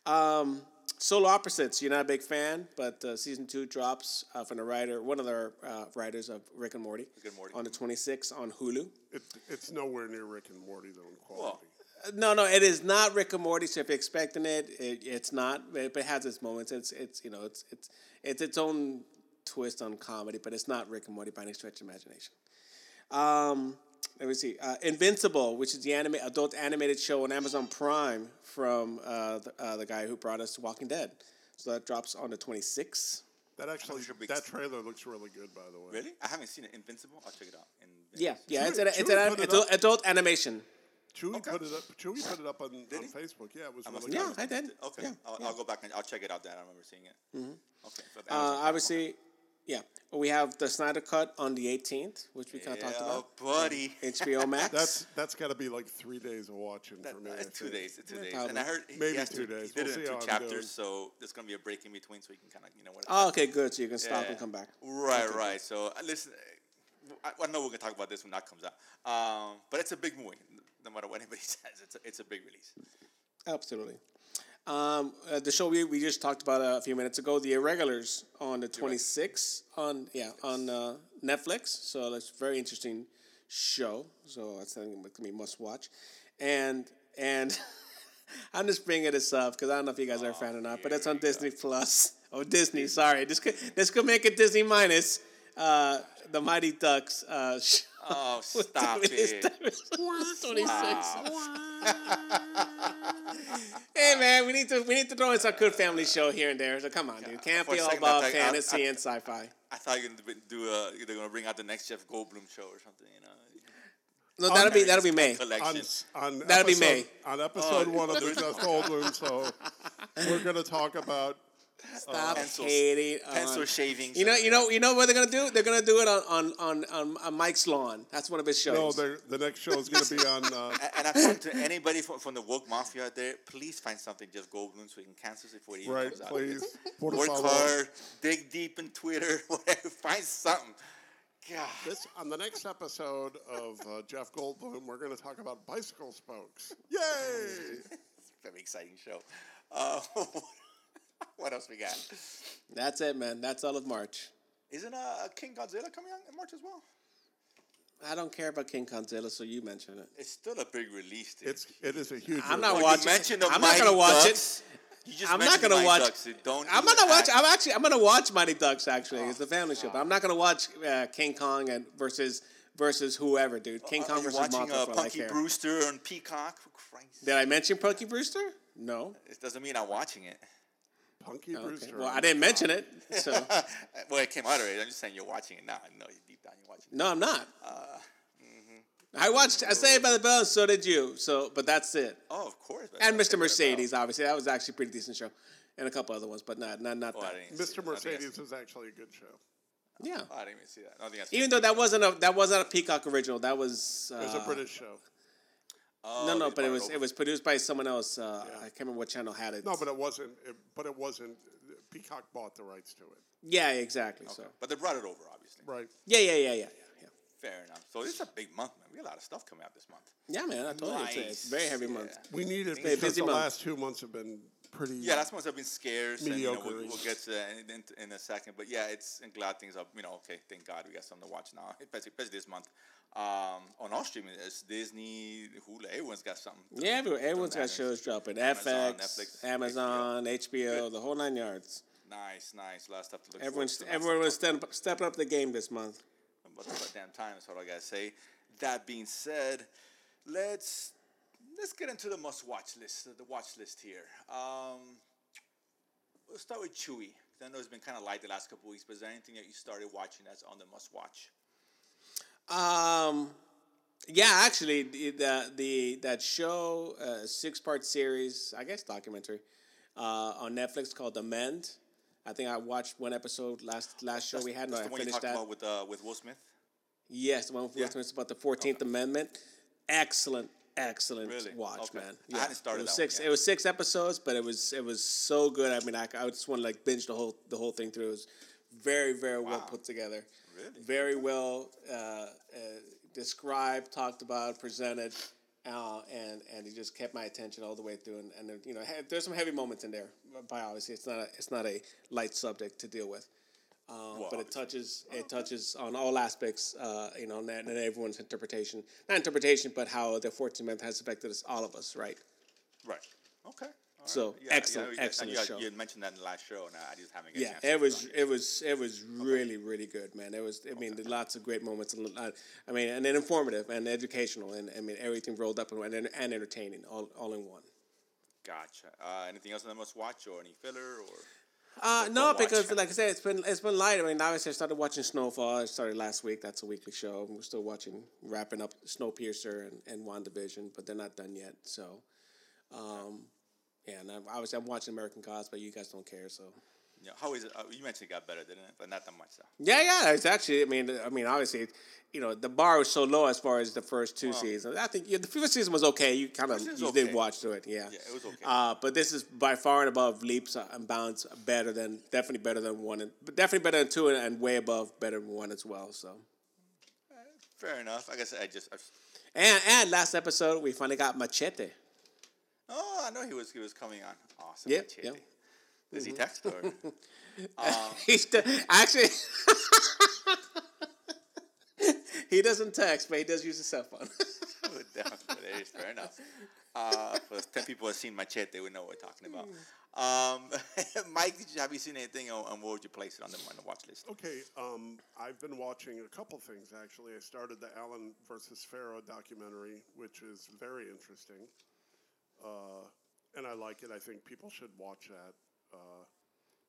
C: Um, Solo Opposites, you're not a big fan, but uh, season two drops uh, from the writer, one of the uh, writers of Rick and Morty,
B: Rick and Morty.
C: on the 26th on Hulu.
D: It, it's nowhere near Rick and Morty though in
B: Well,
D: quality.
C: Uh, No, no, it is not Rick and Morty. So if you're expecting it, it it's not. It, it has its moments. It's it's you know it's it's it's its own twist on comedy, but it's not Rick and Morty by any stretch of imagination. Um, let me see. Uh, Invincible, which is the anime adult animated show on Amazon Prime from uh, the, uh, the guy who brought us Walking Dead. So that drops on the 26th.
D: that actually
B: sure we-
D: that trailer looks really good by the way.
B: Really? I haven't seen it. Invincible. I'll check it out. Invincible.
C: Yeah, yeah, it's
D: Chewy-
C: an, it's
D: Chewy
C: an
D: put it
C: adult,
D: up.
C: adult animation.
D: Chewy
B: Okay.
D: put it up. Chewy put it up on, on
B: he?
D: Facebook. Yeah, it was
B: must
D: really
B: have-
C: Yeah,
D: good.
C: I did.
B: Okay,
C: Yeah,
B: I'll, I'll go back and I'll check it out. Then I remember seeing it. Okay. so
C: Uh,
B: Amazon Prime, okay.
C: obviously, yeah. We have the Snyder Cut on the 18th, which we kind of talked
B: Yeah,
C: about.
B: buddy.
C: HBO Max.
D: That's that's got to be like three days of watching for me. I
B: uh, It's two
D: think.
B: days. It's two days.
C: probably.
B: And I heard he-
D: Maybe
B: he has
D: two
B: to,
D: days.
B: He did
D: We'll
B: it
D: see
B: in
D: how
B: two
D: I'm doing.
B: chapters, so there's gonna be a break in between, so you can kind of you know what.
D: Uh,
C: oh, okay, good. So you can stop
B: Yeah.
C: and come back.
B: Right, right. So uh, listen, uh, I, I know we're gonna talk about this when that comes out. Um, but it's a big movie, no matter what anybody says. It's a, it's a big release.
C: Absolutely. Um, uh, the show we, we just talked about uh, a few minutes ago, The Irregulars, on the 26th on yeah on uh, Netflix. So that's a very interesting show. So that's something that can be must watch. And and I'm just bringing this up because I don't know if you guys are a fan or not, but it's on Disney Plus. Oh, Disney. Sorry, this could this could make it Disney minus uh, the Mighty Ducks. Uh, show.
B: Oh, stop it!
C: Hey man, we need to we need to throw in some good family show here and there. So come on, dude, can't
B: For a
C: be all
B: second, I
C: about
B: thought- uh, I-
C: fantasy
B: I-
C: and sci-fi.
B: I thought you're gonna do a, they're gonna bring out the next Jeff Goldblum show or something. You know,
C: No,
B: Oh,
C: that'll be that'll be
B: It's
C: May.
D: On,
B: collection.
D: s- on
C: That'll be
D: episode,
C: May.
D: On episode
B: Oh,
D: one of the
B: there's-
D: Just Goldblum, so we're gonna talk about.
C: Stop
B: Pencils.
C: hating
B: Pencil
D: uh,
C: on-
B: shavings.
C: You know, you know, you know what they're gonna do? They're gonna do it on on on, on, on Mike's lawn. That's one of his
D: No,
C: shows.
D: the the next show is gonna be on. Uh,
B: A- And I've said to anybody from, from the woke mafia out there, please find something Jeff Goldblum so we can cancel it before it even
D: right,
B: comes
D: please.
B: out.
D: Por
B: Work
D: favor.
B: hard, dig deep in Twitter, whatever, find something. God.
D: This on the next episode of uh, Jeff Goldblum, we're gonna talk about bicycle spokes. Yay!
B: Very exciting show. Uh, what else we got?
C: That's it, man. That's all of March.
B: Isn't uh, King Godzilla coming out in March as well?
C: I don't care about King Godzilla, so you mention it.
B: It's still a big release. Dude.
D: It's it is a huge.
C: I'm not
D: release.
C: watching.
B: mention the
C: I'm
B: Mighty
C: not gonna watch
B: Ducks.
C: it.
B: You just
C: I'm not
B: mentioned
C: gonna
B: Mighty
C: watch.
B: Ducks, dude. Don't
C: I'm
B: even
C: gonna watch.
B: act-
C: I'm actually. I'm gonna watch Mighty Ducks. Actually, it's
B: Oh,
C: the family show. But I'm not gonna watch uh, King Kong and versus versus whoever, dude. King
B: Are
C: Kong
B: you
C: versus
B: watching
C: Mothra.
B: uh,
C: for all I
B: Punky
C: care.
B: Brewster on Peacock. For Christ.
C: Did I mention Punky Brewster? No.
B: It doesn't mean I'm watching it.
D: Punky
C: Okay.
D: Brewster.
C: Well, I didn't mention it. So
B: Uh, well, it came out already. I'm just saying you're watching it now. I know you deep down you're watching it.
C: no, I'm not.
B: Uh, mm-hmm.
C: I watched. I saved by the bell. and So did you. So, but that's it.
B: Oh, of course. that's
C: And
B: what I
C: Mr.
B: said about-
C: Mercedes, obviously, that was actually a pretty decent show, and a couple other ones, but not not not
B: Oh, I
C: that.
B: didn't see
D: Mr.
B: that. I think I
D: Mercedes
B: saw-
D: is actually a good show.
C: Yeah.
B: oh, I didn't even see that. I don't think I saw
C: Even
B: that.
C: though that wasn't a that wasn't a Peacock original, that was uh,
D: It was a British show.
B: Oh,
C: no
B: they
C: no, but it
B: brought
C: was
B: over.
C: it was produced by someone else. Uh, I can't remember what channel had it.
D: No,
B: uh,
D: but it wasn't. It, but it wasn't. Peacock bought the rights to it.
C: yeah, exactly. So
B: But they brought it over, obviously.
D: Right.
C: yeah yeah yeah yeah yeah yeah.
B: Fair enough. So it's a big month, man. We got a lot of stuff coming out this month.
C: Yeah, man, I told you it's, a- it's a very heavy
B: Nice.
C: month.
D: We need it
B: Hey,
D: because
C: busy
D: the
C: month.
D: last two months have been pretty.
B: Yeah, that's ones have been scarce. And, you know, we'll,
D: Mediocre.
B: we'll get to that in, in, in a second. But yeah, it's I'm glad things are. You know, okay, thank God we got something to watch now, especially, especially this month. Um, on all streaming, it's Disney, Hulu. Everyone's got something. to-
C: Yeah, everyone,
B: to
C: everyone's got
B: manage.
C: shows dropping.
B: Amazon,
C: FX,
B: Netflix,
C: Amazon, HBO, the whole nine yards.
B: Nice, nice. A lot of stuff to look. forward
C: Everyone's
B: to, lots of
C: everyone
B: stuff
C: was stepping up, stepping up the game this month.
B: But it's about damn time is what I gotta say. That being said, let's let's get into the must watch list, the watch list here. Um, we'll start with Chewy. 'cause I know it's been kind of light the last couple weeks, but is there anything that you started watching that's on the must watch?
C: Um, yeah, actually, the the, the that show, uh, six part series, I guess documentary, uh, on Netflix called The Mend. I think I watched one episode last last show we had. No,
B: That's
C: I
B: the one you
C: finished
B: talked
C: that.
B: about with uh, with Will Smith.
C: Yes, the one with Will Smith. It's about the Fourteenth Amendment. Excellent, excellent
B: Really?
C: watch,
B: Okay.
C: man.
B: I hadn't started
C: it was
B: that one
C: six.
B: yet.
C: It was six episodes, but it was it was so good. I mean, I, I just want to like binge the whole the whole thing through. It was very very well put together.
B: Really?
C: Very well uh, uh, described, talked about, presented. Uh, and and it just kept my attention all the way through, and, and there- you know he- there's some heavy moments in there. But obviously, it's not a, it's not a light subject to deal with. Um, but it touches it touches on all aspects, uh, you know, and, and everyone's interpretation. Not interpretation, but how the 14th Amendment has affected us, all of us, right?
B: Right. Okay. all
C: So,
B: Yeah, I-
C: excellent,
B: you know, you-
C: excellent
B: you, had-
C: show.
B: You had mentioned that in the last show, and I just haven't. got a
C: Yeah,
B: chance to
C: it
B: get
C: was
B: around to
C: it was it was really really good, man. It was I mean, lots of great moments. and lot- I mean, and then informative and educational, and I mean everything rolled up and and, and entertaining, all, all in one.
B: Gotcha. Uh, anything else on the must watch, or any filler, or?
C: Uh, no,
B: watch.
C: because like I said, it's been it's been light. I mean, obviously, I started watching Snowfall. I started last week. That's a weekly show. We're still watching, wrapping up Snowpiercer and and Wandavision, but they're not done yet. So, um, yeah, and I'm, obviously, I'm watching American Gods, but you guys don't care, so.
B: You know, how is it? Uh, you mentioned it got better, didn't it? But not that much, though.
C: Yeah, yeah, it's actually. I mean, I mean, obviously, you know, the bar was so low as far as the first two seasons. I think yeah, the first season was okay. You kind of
B: First season's
C: you
B: okay.
C: did watch through it, yeah.
B: Yeah, it was okay.
C: Uh, but this is by far and above leaps and bounds better than definitely better than one, and but definitely better than two, and, and way above better than one as well. So,
B: Fair enough. I guess I just. I,
C: and and last episode we finally got Machete.
B: oh, I know he was he was coming on. Awesome.
C: Yeah, Mm-hmm.
B: Machete.
C: yeah.
B: Does he text or?
C: He's the- actually. He doesn't text, but he does use his cell phone.
B: Oh, damn, there is, fair enough. Uh, for the ten people who have seen Machete, we know what we're talking about. Um, Mike, did you, have you seen anything, or, and where would you place it on the on the watch list?
D: Okay, um, I've been watching a couple things actually. I started the Allen versus Pharaoh documentary, which is very interesting, uh, and I like it. I think people should watch that. Uh,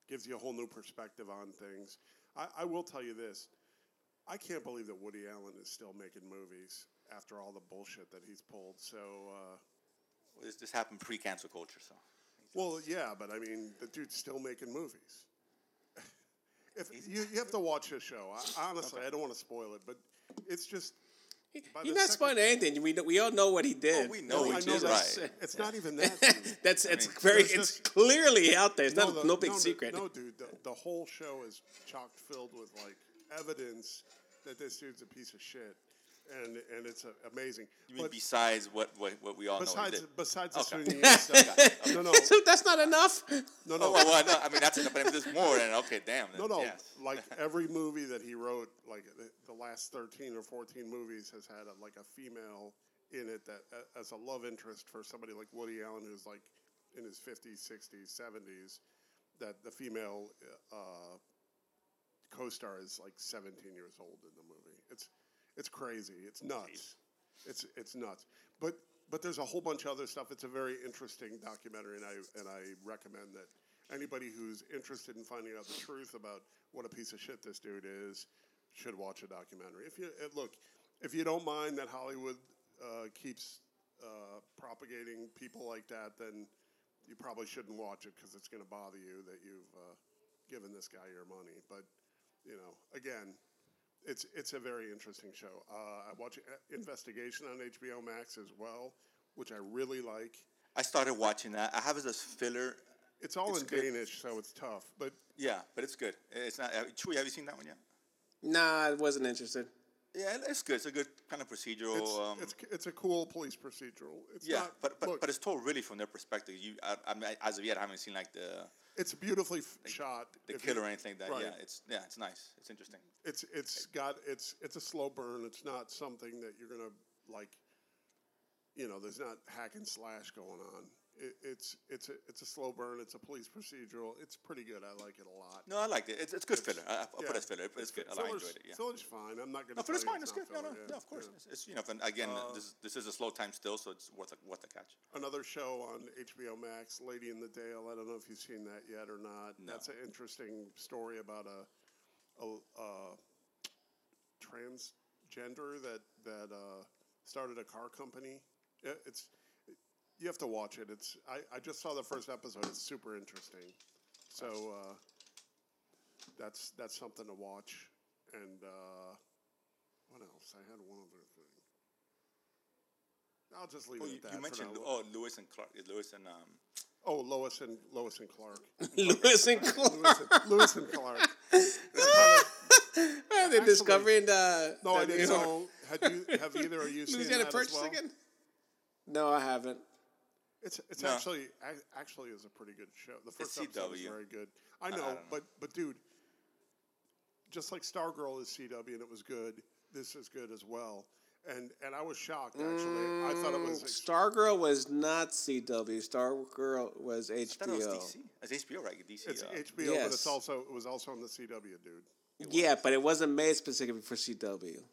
D: gives you a whole new perspective on things. I, I will tell you this: I can't believe that Woody Allen is still making movies after all the bullshit that he's pulled. So, uh,
B: This, this happened pre-cancel culture, so
D: well, yeah, but I mean, the dude's still making movies. if you, you have to watch his show, I, honestly, I don't want to spoil it, but it's just. by
C: You're not
D: the second-
C: spoiling anything. We know, we all know what he did.
B: we know
D: I
B: he
D: know
B: which did, is
D: that's-
B: right.
D: It's not even that. dude.
C: That's it's
B: mean,
C: very
D: there's
C: it's
D: just-
C: clearly out there. It's not
D: the-
C: no big
D: the-
C: secret.
D: No, dude, the, the whole show is chock filled with like evidence that this dude's a piece of shit. and and it's uh, amazing.
B: You mean besides what, what what we all
D: besides
B: know?
D: besides the
B: Okay.
D: Sunni stuff, no, no,
C: That's not enough.
D: no,
B: Oh,
D: no,
B: well, well, no, I mean that's enough. But if there's more, then okay, damn. Then,
D: no, no.
B: yes.
D: Like every movie that he wrote, like the, the last thirteen or fourteen movies, has had a, like a female in it that a- as a love interest for somebody like Woody Allen, who's like in his fifties, sixties, seventies. That the female uh, co-star is like seventeen years old in the movie. It's it's crazy. It's nuts. It's it's nuts. But but there's a whole bunch of other stuff. It's a very interesting documentary, and I and I recommend that anybody who's interested in finding out the truth about what a piece of shit this dude is should watch a documentary. If you uh, look, if you don't mind that Hollywood uh, keeps uh, propagating people like that, then you probably shouldn't watch it because it's going to bother you that you've uh, given this guy your money. But you know, again, it's it's a very interesting show. Uh, I watch uh, Investigation on HBO Max as well, which I really like.
B: I started watching that. I have it as filler.
D: It's all
B: It's
D: in
B: good.
D: Danish, so it's tough. But
B: Yeah, but it's good. It's not. uh, Chewy, have you seen that one yet?
C: Nah, I wasn't interested.
B: Yeah, it- it's good. It's a good kind of procedural.
D: it's
B: um,
D: it's, it's a cool police procedural. It's
B: yeah,
D: not,
B: but but,
D: look,
B: but it's told really from their perspective. You, I, I mean, as of yet, I haven't seen like the
D: it's beautifully f- shot.
B: the
D: if you-
B: killer or anything. That
D: right.
B: yeah, it's yeah, it's nice. It's interesting.
D: it's it's got it's it's a slow burn. It's not something that you're gonna like. You know, there's not hack and slash going on. It, it's it's a, it's a slow burn. It's a police procedural. It's pretty good. I like it a lot.
B: No, I liked it. It's, it's good filler. I, I'll put it as filler. It's, good. I
D: Filler's-
B: enjoyed it. Yeah.
D: Filler's fine. I'm not gonna.
B: No,
D: tell
B: filler's
D: you
B: fine. It's good.
D: not
B: No, no,
D: filler, yeah,
B: no. Of course,
D: yeah.
B: it's,
D: Uh,
B: it's you know. And again, this this is a slow time still, so it's worth a, worth a catch.
D: Another show on HBO Max, Lady in the Dale. I don't know if you've seen that yet or not. That's an interesting story about a, a, uh transgender that that uh, started a car company. Yeah, It's you have to watch it. It's I, I just saw the first episode. It's super interesting. So uh, that's that's something to watch. And uh, what else? I had one other thing. I'll just leave
B: Oh,
D: it
B: you,
D: at that.
B: you
D: for
B: mentioned
D: now.
B: oh Lewis and Clark, Lewis and um,
D: Oh, Lois and Lois and Clark.
C: Lewis and Clark.
D: Lewis, and, Lewis and Clark.
C: They're discovering uh, the.
D: No, I
C: the
D: didn't
C: new
D: know. Had you, have either of you seen
C: Louisiana
D: that as
C: Purchase
D: well?
C: again? No, I haven't.
D: It's it's
B: No.
D: actually ac- actually is a pretty good show. The first episode was
B: CW.
D: very good. I know, but but dude, just like Stargirl is CW and it was good. This is good as well. And and I was shocked actually. I thought it was ex-
C: Stargirl was not CW. Stargirl was HBO.
B: I thought it was DC. It's HBO, right? DC.
D: it's
B: uh,
D: HBO, but
C: Yes.
D: it's also it was also on the CW, dude.
C: Yeah, but it wasn't made specifically for CW.
D: Okay,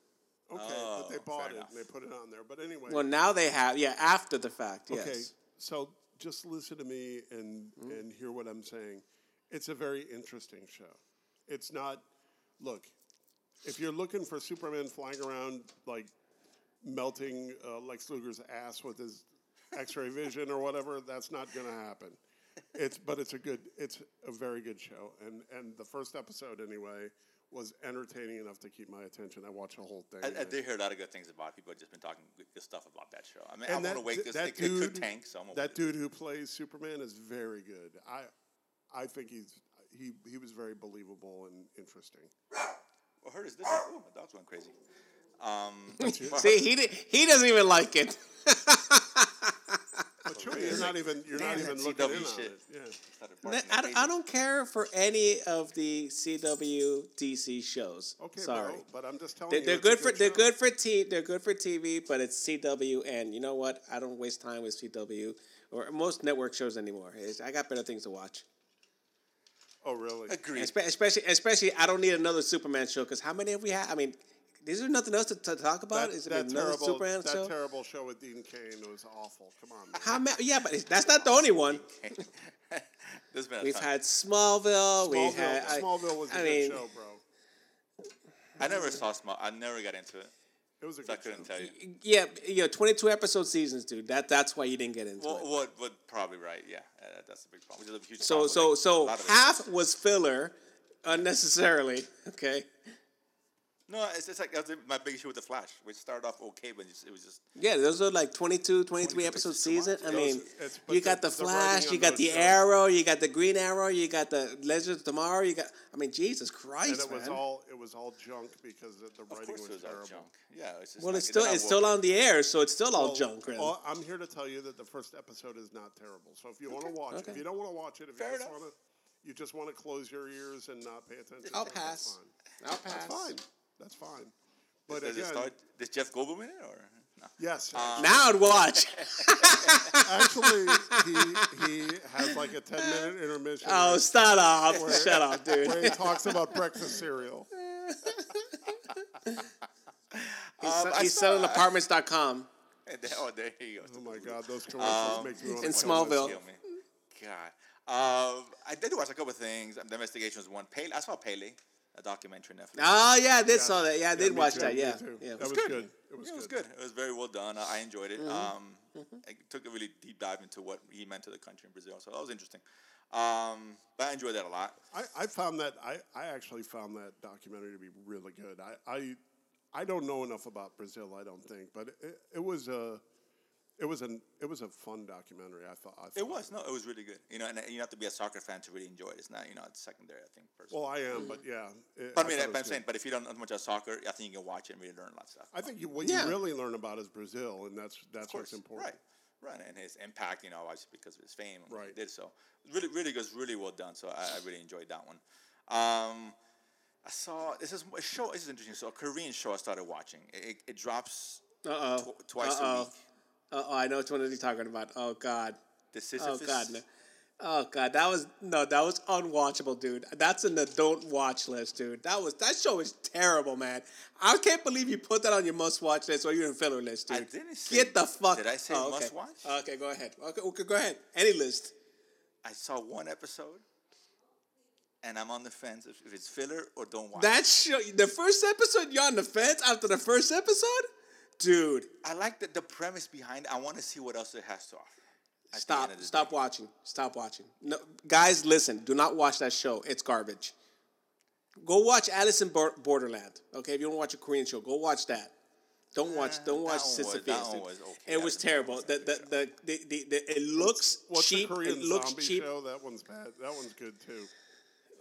B: Oh,
D: but they bought
B: fair
D: it
B: enough.
D: and they put it on there. But anyway,
C: Well, now they have. Yeah, after the fact. Yes.
D: Okay, so just listen to me and and hear what I'm saying. It's a very interesting show. It's not. Look, if you're looking for Superman flying around like melting uh, Lex Luger's ass with his X-ray vision or whatever, that's not going to happen. It's but it's a good. It's a very good show, and and the first episode anyway was entertaining enough to keep my attention. I watched the whole thing.
B: I, I did hear a lot of good things about it. people. Have just been talking good, good stuff about that show. I mean, I want to
D: that-
B: wait. This
D: that
B: it, it could tank, so I'm gonna
D: that
B: wait.
D: dude who plays Superman is very good. I, I think he's he he was very believable and interesting.
B: Well, heard is this. Oh, my dog's going crazy. Um, well,
C: See, he did, he doesn't even like it.
D: But Chewie, you're not even you're not
B: Damn
D: even
B: that
D: looking
B: CW
D: in on
B: shit.
D: it. Yeah.
B: started
C: I,
B: barking like
C: I- I
B: crazy.
C: don't care for any of the CW DC shows.
D: Okay,
C: sorry.
D: But, but I'm just telling
C: They're,
D: you,
C: they're
D: it's a
C: good for they're
D: show.
C: good for t they're good for TV, but it's CW, and you know what? I don't waste time with CW or most network shows anymore. It's, I got better things to watch.
D: Oh really?
B: Agreed.
C: Espe- Especially, especially, I don't need another Superman show because how many have we had? I mean, is there nothing else to, to talk about?
D: That,
C: Is there
D: that
C: another
D: terrible
C: Superman
D: that
C: show?
D: terrible show with Dean Kane was awful. Come on. man.
C: how many? Yeah, but it's- that's not the only one.
B: There's been a
C: We've
B: ton.
C: had Smallville.
D: Smallville,
C: We've had I-
D: Smallville was a
C: I
D: good
C: mean,
D: show, bro.
B: I never saw Small. I never got into it.
D: It was a
B: So I
D: good show.
B: couldn't tell you.
C: Yeah, you know, twenty two episode seasons, dude. That that's why you didn't get into
B: Well,
C: it.
B: what? What? Probably right. Yeah, uh, that's a big problem. Which is a huge
C: So
B: problem with,
C: so
B: like, a lot
C: so
B: of it.
C: half was filler, unnecessarily. Okay,
B: No, it's just like that's my big issue with the Flash, which started off okay, but it's- it was just
C: Yeah, those are like 22, 23
B: it's
C: episode
B: just too much.
C: season. I mean,
D: it's- but
C: you got
D: the-
C: the
D: the writing
C: Flash,
D: on
C: you got
D: those
C: the
D: shows.
C: Arrow, you got the Green Arrow, you got the Legends of Tomorrow. You got, I mean, Jesus
D: and
C: Christ,
D: it was
C: man.
D: all it was all junk because the, the
B: of
D: writing
B: course
D: was,
B: it was all
D: terrible.
B: junk. Yeah, it's just
C: well,
B: like,
C: it's
B: they're
C: still
B: not
C: it's still
B: woke.
C: on the air, so it's still all
D: Well,
C: junk, really.
D: well, I'm here to tell you that the first episode is not terrible. So if you want to watch it,
C: okay.
D: if you don't want to watch it, if
B: Fair
D: you just
B: enough.
D: want to, you just want to close your ears and not pay attention.
C: I'll
D: that's
C: pass.
D: fine.
C: I'll pass.
D: That's fine. That's fine. But
B: Does it
D: again,
B: start? Does Jeff Goldblum in it or? No.
D: yes,
C: Now I'd watch.
D: actually, he he has like a ten minute intermission.
C: oh,
D: where-
C: stop off.
D: Where-
C: Shut up,
D: where
C: dude.
D: he talks about breakfast cereal.
C: He's,
B: Um, I
C: he's
B: saw-
C: selling apartments.com
B: And then- oh, there you go.
D: Oh my god, those commercials make me want to
C: Oh. in
D: kill
C: Smallville.
D: myself.
B: Kill me. God. Um, I did watch a couple of things. Um, The investigation was one. Pele, I saw Pele, a documentary on Netflix.
C: Oh yeah, I did saw that. Yeah, I did
D: me
C: watch
D: too,
C: that.
D: me
C: Yeah,
D: too.
C: yeah.
D: That was
B: It's
D: good. It was
B: Yeah,
D: good. Mm-hmm.
B: It was very well done. I I enjoyed it. Um, I took a really deep dive into what he meant to the country in Brazil, so that was interesting. Um, but I enjoyed that a lot.
D: I, I found that I, I actually found that documentary to be really good. I I, I don't know enough about Brazil. I don't think, but it, it was a it was an it was a fun documentary. I thought. I thought.
B: It was no, it was really good. You know, and uh, you have to be a soccer fan to really enjoy it. It's not, you know, it's secondary. I think personally.
D: Well, I am, but yeah. it-
B: but I mean, I-
D: thought
B: but
D: it was
B: I'm
D: good.
B: saying, but if you don't know much about soccer, I think you can watch it and really learn a lot of stuff.
D: I think you, what
C: Yeah.
D: you really learn about is Brazil, and that's that's
B: Of course,
D: what's important.
B: Right, right, and his impact, you know, obviously because of his fame, and what he
D: Right.
B: Did so really, really goes really well done. So I, I really enjoyed that one. Um, I saw this is a show. This is interesting. So a Korean show I started watching. It, it, it drops
C: Uh oh.
B: tw- twice a week.
C: Uh oh. I know which one is he talking about. Oh god.
B: The
C: Oh
B: Sisyphus.
C: god. No. Oh god. That was no. That was unwatchable, dude. That's an adult watch list, dude. That was that show is terrible, man. I can't believe you put that on your must watch list or even filler list, dude.
B: I didn't say-
C: Get the fuck.
B: did I say
C: oh, okay.
B: must watch?
C: Okay, go ahead. Okay, okay, go ahead. Any list.
B: I saw one episode, and I'm on the fence if, if it's filler or don't watch.
C: That show. The first episode. You're on the fence after the first episode, dude.
B: I like the, the premise behind. it. I want to see what else it has to offer. at the
C: Stop!
B: end of the
C: Stop
B: day.
C: watching! Stop watching! No, guys, listen. Do not watch that show. It's garbage. Go watch Alice in Bor- Borderland. Okay, if you don't watch a Korean show, go watch that. Don't watch. Don't
B: that
C: watch
B: one was-
C: Sisyphus.
B: that one
C: dude.
B: was okay.
C: It
B: Alice
C: was
B: in
C: terrible. The,
B: Borderland's
C: the, the, the, the, the, it looks
D: What's
C: cheap.
D: the Korean
C: it looks
D: zombie
C: cheap.
D: show? That one's bad. That one's good too.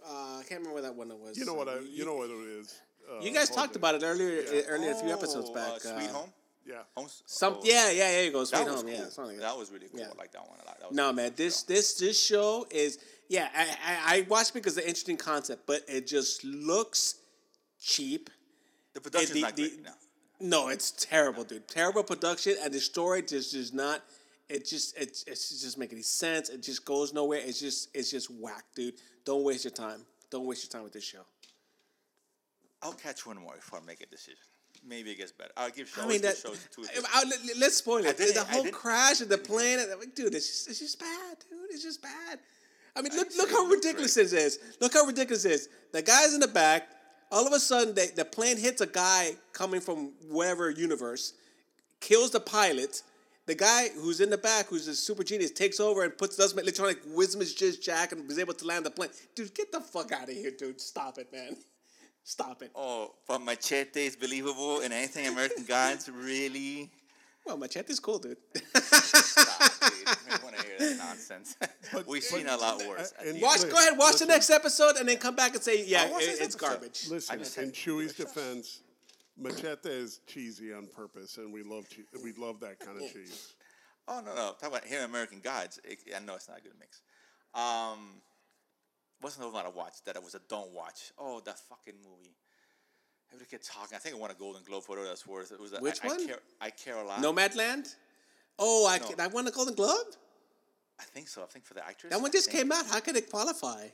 C: Uh, I can't remember that one. That was.
D: You know what? I,
C: You,
D: you know what it is. Uh,
C: you guys
D: hold
C: talked about it earlier.
D: Yeah.
C: Earlier, a few episodes
B: Oh,
C: back.
B: uh, Sweet
C: uh,
B: Home.
D: Yeah.
B: Home s-
C: Some.
B: oh.
C: Yeah, yeah. There you go. Sweet
B: That
C: home.
B: was cool.
C: Yeah, something like that.
B: that was really cool.
C: Yeah.
B: I like that one a lot. That was
C: No
B: a
C: man,
B: good
C: this
B: show.
C: this this show is yeah. I, I I watched because of the interesting concept, but it just looks cheap.
B: the production's
C: the-
B: not
C: the-
B: great. No.
C: No, it's terrible, dude. Terrible production, and the story just does not. It just it it just make any sense. It just goes nowhere. It's just it's just whack, dude. Don't waste your time. Don't waste your time with this show.
B: I'll catch one more before I make a decision. Maybe it gets better. I'll give shows.
C: I mean that.
B: shows two.
C: I- I- let- let's spoil it.
B: didn't-
C: The
B: I
C: whole
B: didn't-
C: crash of the plane. and- like, Dude, it's just, it's just bad, dude. It's just bad. I mean, look,
B: I'd
C: look
B: say
C: how
B: it looked
C: ridiculous
B: great.
C: this is. Look how ridiculous it is. The guy's in the back. All of a sudden, they, the plane hits a guy coming from whatever universe, kills the pilot. The guy who's in the back, who's a super genius, takes over and puts does electronic wisdom is just jack and is able to land the plane. Dude, get the fuck out of here, dude. Stop it, man. Stop it.
B: oh, but Machete is believable and anything American Gods really.
C: Well, Machete's cool, dude.
B: Stop, dude. I want to hear that nonsense. We've seen a lot worse.
D: and-
B: I,
C: Watch.
D: Wait,
C: go ahead. Watch
D: listen.
C: the next episode and then come back and say, yeah,
B: I'll watch
C: it-
B: this
C: it's
B: episode.
C: garbage.
D: Listen,
B: just
D: in
B: had
D: Chewie's defense, Machete is cheesy on purpose, and we love che- we love that kind of cheese.
B: oh no, no. Talk about here American Gods. It, I know it's not a good mix. Um, what's another one I watched that I was a don't watch? Oh, that fucking movie. Everybody kept talking. I think I won a Golden Globe for it. That's worth. It was a,
C: Which
B: I,
C: one?
B: I care, I care a lot.
C: Nomadland. Oh, I,
B: No.
C: can- I won the Golden Globe.
B: I think so. I think for the actress.
C: That one just came out. How could it qualify?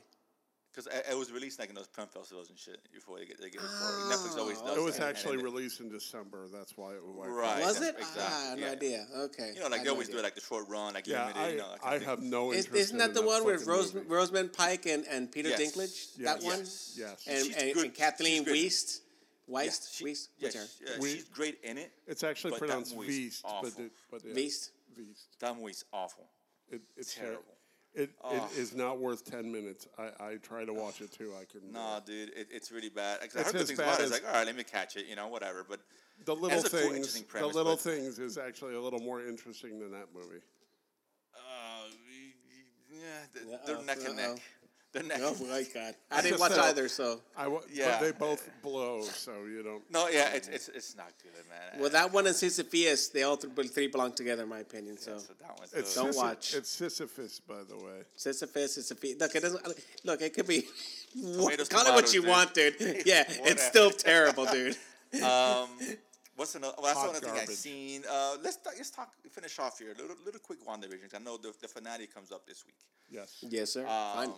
B: because it, it was released like in those film festivals and shit before they get they get it
C: Oh.
B: for Netflix always does.
D: It was
B: that, and
D: actually
B: then they-
D: released in December. That's why it was wiped out.
B: Right.
C: Was
B: that's
C: it?
B: exact-
C: Ah, no
B: yeah.
C: idea. Okay.
B: You know, like they
C: I no
B: always do
C: idea.
B: it like the short run, like
D: Yeah,
B: limited. uh,
D: I,
B: you know, that kind
D: I
B: of thing.
D: have no
C: Is,
D: interest.
C: isn't that
D: in
C: the one with
D: fucking
C: Rose,
D: movie.
C: Rosamund Pike and, and Peter
B: Yes.
C: Dinklage? That
D: Yes.
C: one?
B: Yes.
D: Yes.
C: And,
B: She's
C: and,
B: good.
C: and Kathleen
B: She's good.
C: Weist? Weist?
B: She,
C: Weist?
B: yeah,
C: Which
B: she- yeah,
D: We-
B: she's great in it.
D: It's actually
B: but that
D: pronounced
B: movie's
D: Beast, but
B: awful.
D: it, but yeah,
C: Beast?
D: Beast.
B: That movie's awful.
D: It, it's terrible.
B: Terrible.
D: It, it is not worth ten minutes. I, I try to watch it too. I can
B: No, dude, it, it's really bad. 'Cause I
D: It's
B: heard good
D: as
B: things
D: bad
B: about it.
D: as-
B: It's like, all right, let me catch it, you know, whatever. But
D: the little
B: has a cool,
D: things.
B: interesting
D: the
B: premise,
D: little
B: but-
D: things is actually a little more interesting than that movie.
B: uh, y- y- yeah, th-
C: Uh-oh,
B: they're neck and neck.
C: uh-oh.
B: They're neck.
C: Oh my god! I didn't
D: just
C: watch
D: said-
C: either. So
D: I w-
B: Yeah.
D: but they both blow, so you don't.
B: No, yeah, it's it's it's not good, man.
C: well, that one and Sisyphus, they all th- three belong together, in my opinion. So
B: So that one's
D: It's
B: uh,
C: Don't
D: Sisyphus-
C: watch.
D: It's Sisyphus, by the way.
C: Sisyphus, Sisyphus. Look, it doesn't. Look, it could be. What,
B: Tomatoes,
C: call it what
B: tomatoes,
C: you
B: dude.
C: want, dude. Yeah, it's still terrible, dude.
B: Um, what's another? Well, that's
D: Hot
B: another thing I've
D: garbage.
B: seen. Uh, let's talk, let's talk. Finish off here. Little little quick WandaVision. 'cause I know the the finale comes up this week.
D: Yes.
C: Yes, sir. Fine.
B: Um,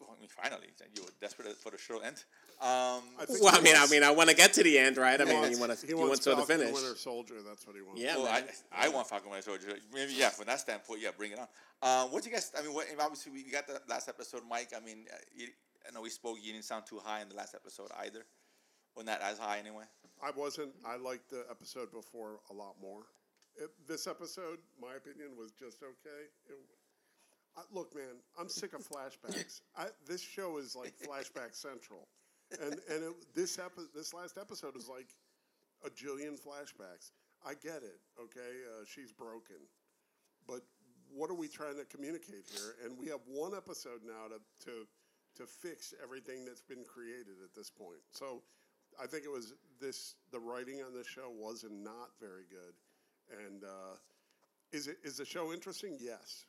B: well, I mean, finally, you were desperate for the show to end. Um,
D: I think
C: Well,
D: he
C: I mean, I
D: wants-
C: mean, I want to get to the end, right? I
D: he
C: mean,
D: wants-
C: you want to,
D: he
C: you want
D: wants
C: to the
D: Falcon
C: finish.
D: Winter Soldier. That's what he wants.
C: Yeah,
B: well, Oh, I,
C: man.
B: I want Falcon Winter Soldier. Maybe yeah. From that standpoint, yeah, bring it on. Um, what do you guys? I mean, what, and obviously we we got the last episode, Mike. I mean, uh, you, I know we spoke. You didn't sound too high in the last episode either, or not as high anyway.
D: I wasn't. I liked the episode before a lot more. It, this episode, my opinion, was just okay. It, I, look, man, I'm sick of flashbacks. I, this show is like flashback central, and and it, this epi- this last episode is like a jillion flashbacks. I get it. Okay, uh, she's broken, but what are we trying to communicate here? And we have one episode now to to to fix everything that's been created at this point. So I think it was this the writing on this show was not very good. And uh, is it is the show interesting? Yes.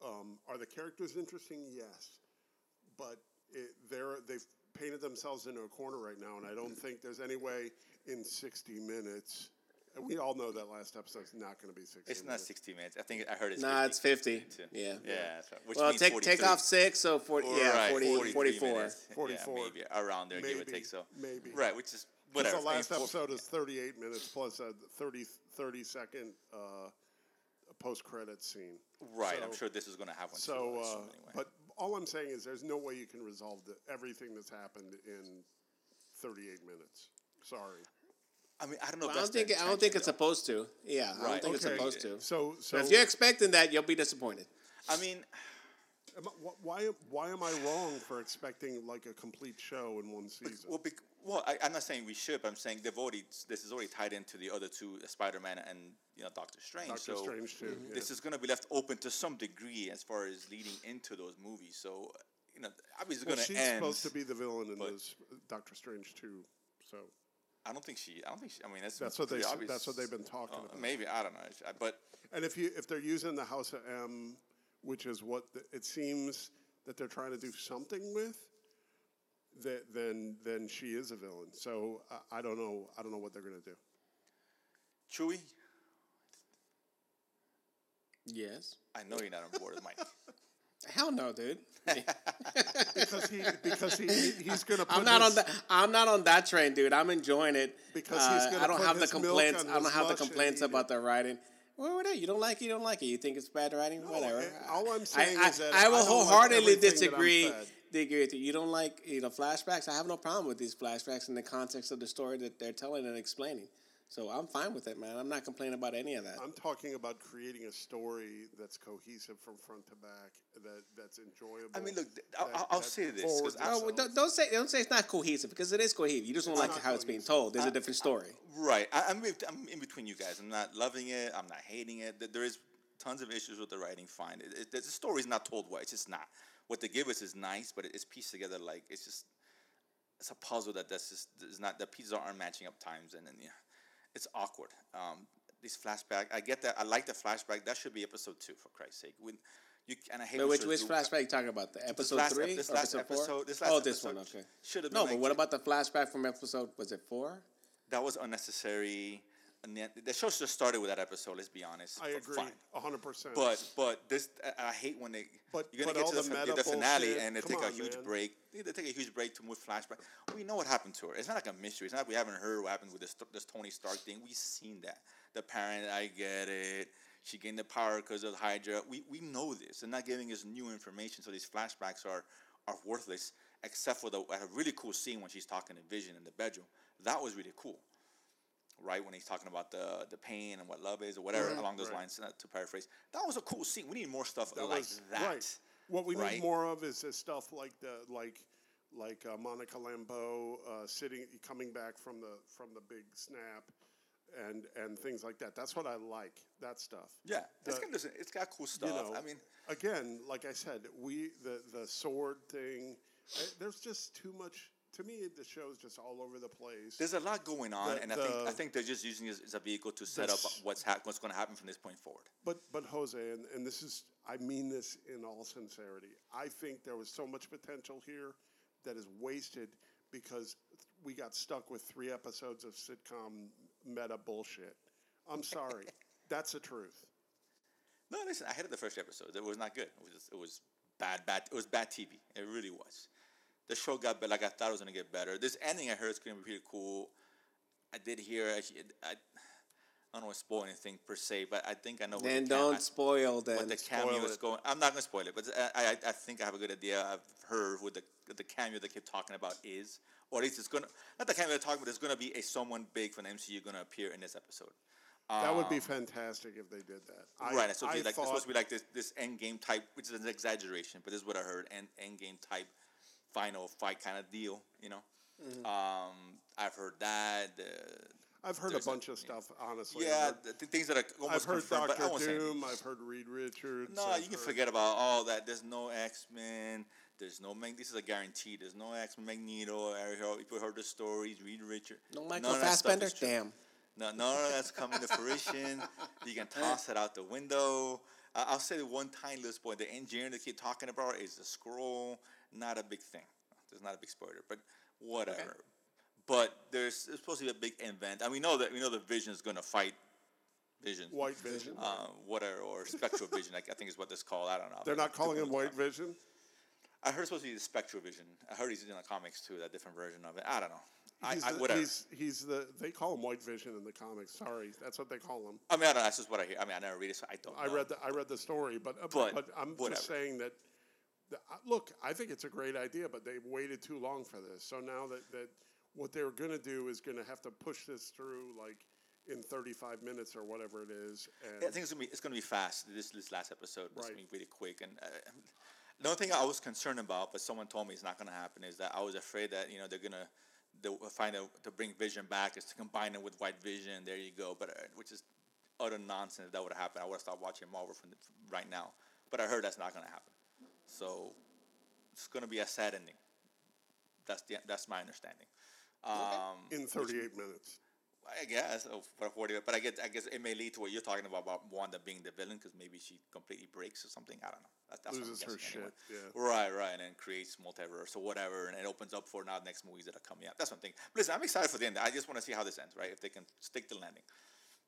D: Um, are the characters interesting? Yes. But it, they're they've painted themselves into a corner right now, and I don't think there's any way in 60 minutes. And we all know that last episode's not going to be 60.
B: It's not
D: minutes.
B: sixty minutes. I think I heard it's.
C: Nah, it's 50. Yeah.
B: Yeah. so- which
C: Well,
B: means
C: take take
B: 43.
C: off six, so 40, yeah,
B: Right,
C: 40,
B: 43
C: 44.
B: minutes. Yeah,
D: 44.
B: maybe around there, give or
D: Maybe,
B: take. So
D: maybe.
B: right, which is
D: Because
B: whatever.
D: The last
B: I mean, four-
D: episode is 38 minutes plus a 30 30 second uh, post credit scene.
B: Right, I'm
D: so-
B: sure this is going to have one.
D: So,
B: too, I
D: uh,
B: assume, anyway.
D: but all I'm saying is there's no way you can resolve the, everything that's happened in 38 minutes. Sorry.
B: I mean, I don't know.
C: I
B: if
C: don't
B: that's the
C: think I don't think it's
B: intention,
C: supposed to. Yeah, I don't
B: Right,
C: think it's
D: okay.
C: supposed to.
D: So, so
C: But if you're expecting that, you'll be disappointed.
B: though. I mean,
D: am I- wh- why am- why am I wrong for expecting like a complete show in one season?
B: well, bec- well, I, I'm not saying we should. But I'm saying they've already. This is already tied into the other two, Spider-Man and you know Doctor Strange.
D: Doctor
B: so
D: Strange too. yeah.
B: this is going to be left open to some degree as far as leading into those movies. So you know, obviously
D: Well,
B: going
D: she's
B: end.
D: supposed to be the villain in
B: but-
D: this uh, Doctor Strange too. So
B: I don't think she. I don't think she. I mean, that's
D: That's what they
B: pretty
D: s-
B: obvious.
D: that's what they've been talking
B: Uh,
D: about.
B: Maybe I don't know, It's- I- but
D: And if you if they're using the House of M, which is what the, it seems that they're trying to do something with, that then then she is a villain. So I, I don't know I don't know what they're gonna do.
B: Chewie,
C: Yes.
B: I know you're not on board with Mike.
C: Hell no, dude.
D: Because he because he he's gonna. Put
C: I'm not
D: his,
C: on that. I'm not on that train, dude. I'm enjoying it
D: Because he's
C: Uh,
D: gonna
C: I don't
D: put
C: have the
D: his milk
C: complaints.
D: on
C: I don't
D: his
C: have the
D: mush and
C: complaints
D: eat it.
C: about the writing. Well, whatever. You don't like it. You don't like it. You think it's bad writing. Whatever.
D: and eh, all I'm
C: I-
D: saying
C: I,
D: is that
C: I
D: I
C: will
D: don't like
C: wholeheartedly
D: everything that I'm
C: disagree.
D: fed.
C: Disagree with you. You don't like you know flashbacks. I have no problem with these flashbacks in the context of the story that they're telling and explaining. So I'm fine with it, man. I'm not complaining about any of that.
D: I'm talking about creating a story that's cohesive from front to back that that's enjoyable.
B: I mean, look, th- I'll- I'll- I'll say this, 'cause I-
C: Oh, well, don't, don't say don't say it's not cohesive because it is cohesive. You just don't like
D: not
C: how it's being told. There's a different story.
B: Right. I, I'm, in- I'm in between you guys. I'm not loving it. I'm not hating it. Th- There is tons of issues with the writing. Fine. It, it, the story's not told well. It's just not. What they give us is nice, but it's pieced together like it's just it's a puzzle that that's just is not the pieces aren't matching up times, and then yeah, it's awkward. Um, this flashback, I get that. I like the flashback. That should be episode two, for Christ's sake. When you and I hate
C: But
B: when
C: which
B: shows
C: which
B: do-
C: flashback you talking about? The
B: this
C: episode
B: last ep-
C: three
B: this
C: or
B: last
C: episode four?
B: episode- this last
C: oh, this
B: episode
C: one. Okay.
B: should have
C: no,
B: been
C: but
B: like-
C: what about the flashback from episode? Was it four?
B: that was unnecessary. And the, the show should have started with that episode. Let's be honest.
D: I
B: F-
D: agree,
B: Fine.
D: hundred percent.
B: But but this I, I hate when they
D: But-
B: you're gonna
D: but
B: get to
D: all
B: the,
D: the
B: fin- the
D: meta
B: finale
D: bullshit,
B: and they
D: come
B: take a
D: on,
B: huge
D: man.
B: break. They, they take a huge break to move flashback. We know what happened to her. It's not like a mystery. It's not like we haven't heard what happened with this, this Tony Stark thing. We've seen that. The parent, I get it. She gained the power because of Hydra. We we know this. They're not giving us new information, so these flashbacks are are worthless. Except for the a really cool scene when she's talking to Vision in the bedroom. That was really cool right when he's talking about the the pain and what love is or whatever along those
D: Mm-hmm. Right.
B: lines. uh, To paraphrase, that was a cool scene. We need more stuff
D: That
B: like
D: was-
B: that.
D: Right. What we
B: right?
D: need more of is this stuff like the like like uh, Monica Lambeau uh, sitting coming back from the from the big snap and and things like that. That's what I like. That stuff.
B: Yeah, it's
D: The-
B: got, listen, it's got cool stuff.
D: You know,
B: I mean,
D: again, like I said, we the the sword thing. I, there's just too much. To me, the show's just all over the place.
B: there's a lot going on,
D: The-
B: and I think I
D: the-
B: think they're just using it as- as a vehicle to set up
D: This-
B: what's hap what's going to happen from this point forward.
D: But but Jose, and, and this is I mean this in all sincerity. I think there was so much potential here that is wasted because we got stuck with three episodes of sitcom meta bullshit. I'm sorry. That's the truth.
B: No, listen, I hated the first episode. It was not good. It was just, it was bad, bad. It was bad TV. It really was. The show got better. Like I thought it was gonna get better. This ending I heard is gonna be pretty cool. I did hear. I, I, I don't want to spoil anything per se, but I think I know. what
C: Then
B: the cam-
C: don't
B: I-
C: spoil then.
B: what the
D: spoil
B: cameo is
D: it.
B: going. I'm not gonna spoil it, but uh, I, I, I think I have a good idea. I've heard what the the cameo they keep talking about is, or at least it's gonna not the cameo they're talking about. There's gonna be a someone big from the MCU gonna appear in this episode.
D: That would be fantastic if they did that.
B: Ah.
D: I,
B: right, it's supposed, to
D: I
B: be like, it's supposed
D: thought-
B: to be like this this end game type, which is an exaggeration, but this is what I heard, and end game type, final fight kind of deal. You know,
D: Mm-hmm.
B: um, I've heard that. Uh,
D: I've heard a
B: there's a-
D: bunch of stuff, honestly. I've
B: yeah,
D: heard-
B: the, the things that are
D: I've
B: almost
D: heard,
B: confirmed, but I won't
D: Doctor
B: say anything.
D: Doom. I've heard Reed Richards.
B: No,
D: I've
B: you can
D: heard-
B: forget about all that. There's no X Men. There's no Mag. This is a guarantee. There's no X Men Magneto. I heard, people heard the stories. Read Richard.
C: No
B: None
C: Michael
B: of that stuff
C: Fassbender?
B: is true.
C: Damn.
B: No, none of that's coming to fruition. You can toss it out the window. I I'll say the one tiny little spoiler. The engineer they keep talking about is a scroll. Not a big thing. There's not a big spoiler, but whatever. But there's it's supposed to be a big event, and we know that we know the Vision is going to fight Vision,
D: White Vision.
B: uh, whatever, or Spectral Vision. I, I think is what this called. I don't know.
D: They're not calling him
B: Different-
D: White Vision.
B: I heard it's supposed to be the Spectral Vision. I heard he's in the comics too. That different version of it. I don't know. I,
D: He's
B: I
D: the,
B: whatever.
D: He's, he's the. They call him White Vision in the comics. Sorry, that's what they call him.
B: I mean, I don't know. That's just what I hear. I mean, I never read it, so I don't.
D: I
B: know.
D: read the. I read the story, but uh,
B: But
D: but, I'm
B: whatever.
D: just saying that. The, uh, look, I think it's a great idea, but they've waited too long for this. So now that that what they're going to do is going to have to push this through like in 35 minutes or whatever it is. And
B: I think it's gonna be it's gonna be fast. This this last episode was
D: Right.
B: gonna be really quick. And uh, the only thing I was concerned about, but someone told me it's not gonna happen, is that I was afraid that you know they're gonna they'll find out to bring Vision back is to combine it with White Vision. There you go. But uh, which is utter nonsense. If that would have happened, I would have stopped watching Marvel from, the, from right now. But I heard that's not gonna happen. So it's gonna be a sad ending. That's the that's my understanding. Um,
D: in 38 minutes.
B: I guess oh, for forty, but I get I guess it may lead to what you're talking about about Wanda being the villain because maybe she completely breaks or something. I don't know. That, that's
D: Loses
B: what
D: her
B: I'm guessing anyway.
D: shit, yeah.
B: Right, right, and then creates multiverse or whatever, and it opens up for now next movies that are coming out. That's one thing. But listen, I'm excited for the end. I just want to see how this ends. Right, if they can stick the landing.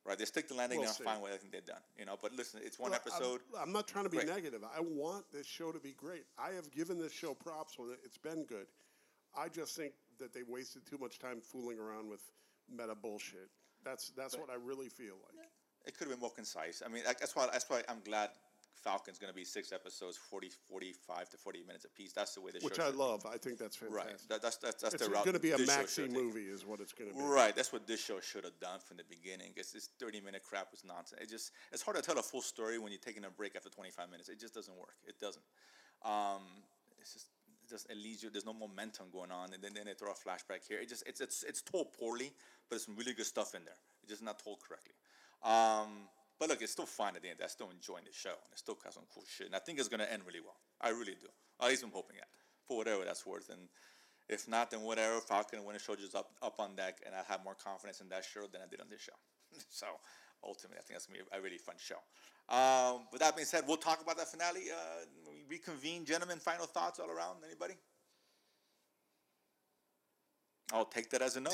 B: Right, they stick the landing.
D: We'll
B: they're
D: see.
B: fine with everything they've done. You know, but listen, it's one
D: Well, um, I'm-
B: episode.
D: I'm, not trying to be
B: Great.
D: negative. I want this show to be great. I have given this show props when it- it's been good. I just think that they wasted too much time fooling around with meta bullshit. That's that's what I really feel like.
B: it could have been more concise. I mean, that- that's why that's why I'm glad Falcon's going to be six episodes, 40, 45 to forty minutes apiece. That's the way the
D: Which
B: show.
D: I
B: should be.
D: love. I think that's fantastic.
B: Right, that, that's that's that's
D: it's
B: the route.
D: going to be a
B: this show
D: maxi
B: should've taken.
D: movie, is what it's going to be.
B: Right, that's what this show should have done from the beginning. Because this thirty-minute crap was nonsense. It just it's hard to tell a full story when you're taking a break after twenty-five minutes. It just doesn't work. It doesn't. Um, it's just it just it leaves you. There's no momentum going on, and then, then they throw a flashback here. It just it's it's it's told poorly, but there's some really good stuff in there. It's just not told correctly. Um, but look, it's still fun at the end. I still enjoying the show, and it still got some cool shit. And I think it's gonna end really well. I really do. At least I'm hoping it, for whatever that's worth. And if not, then whatever. Falcon and Winter Soldier's up up on deck, and I have more confidence in that show than I did on this show. so ultimately, I think that's gonna be a really fun show. Um, with that being said, we'll talk about that finale. Uh, when we reconvene, gentlemen. Final thoughts all around. Anybody? I'll take that as a no.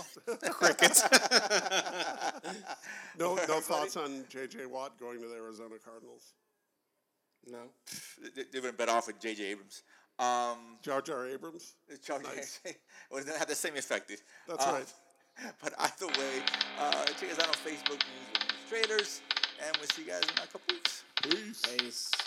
D: No, no thoughts on J.J. Watt going to the Arizona Cardinals.
C: No.
B: they they were better off with J.J. Abrams. Um,
D: Jar Jar Abrams.
B: Charlie well, it doesn't have the same effect. dude.
D: That's
B: Um,
D: right.
B: But either way, uh, check us out on Facebook News and News Traders, and we'll see you guys in a couple weeks.
D: Peace.
C: Ace.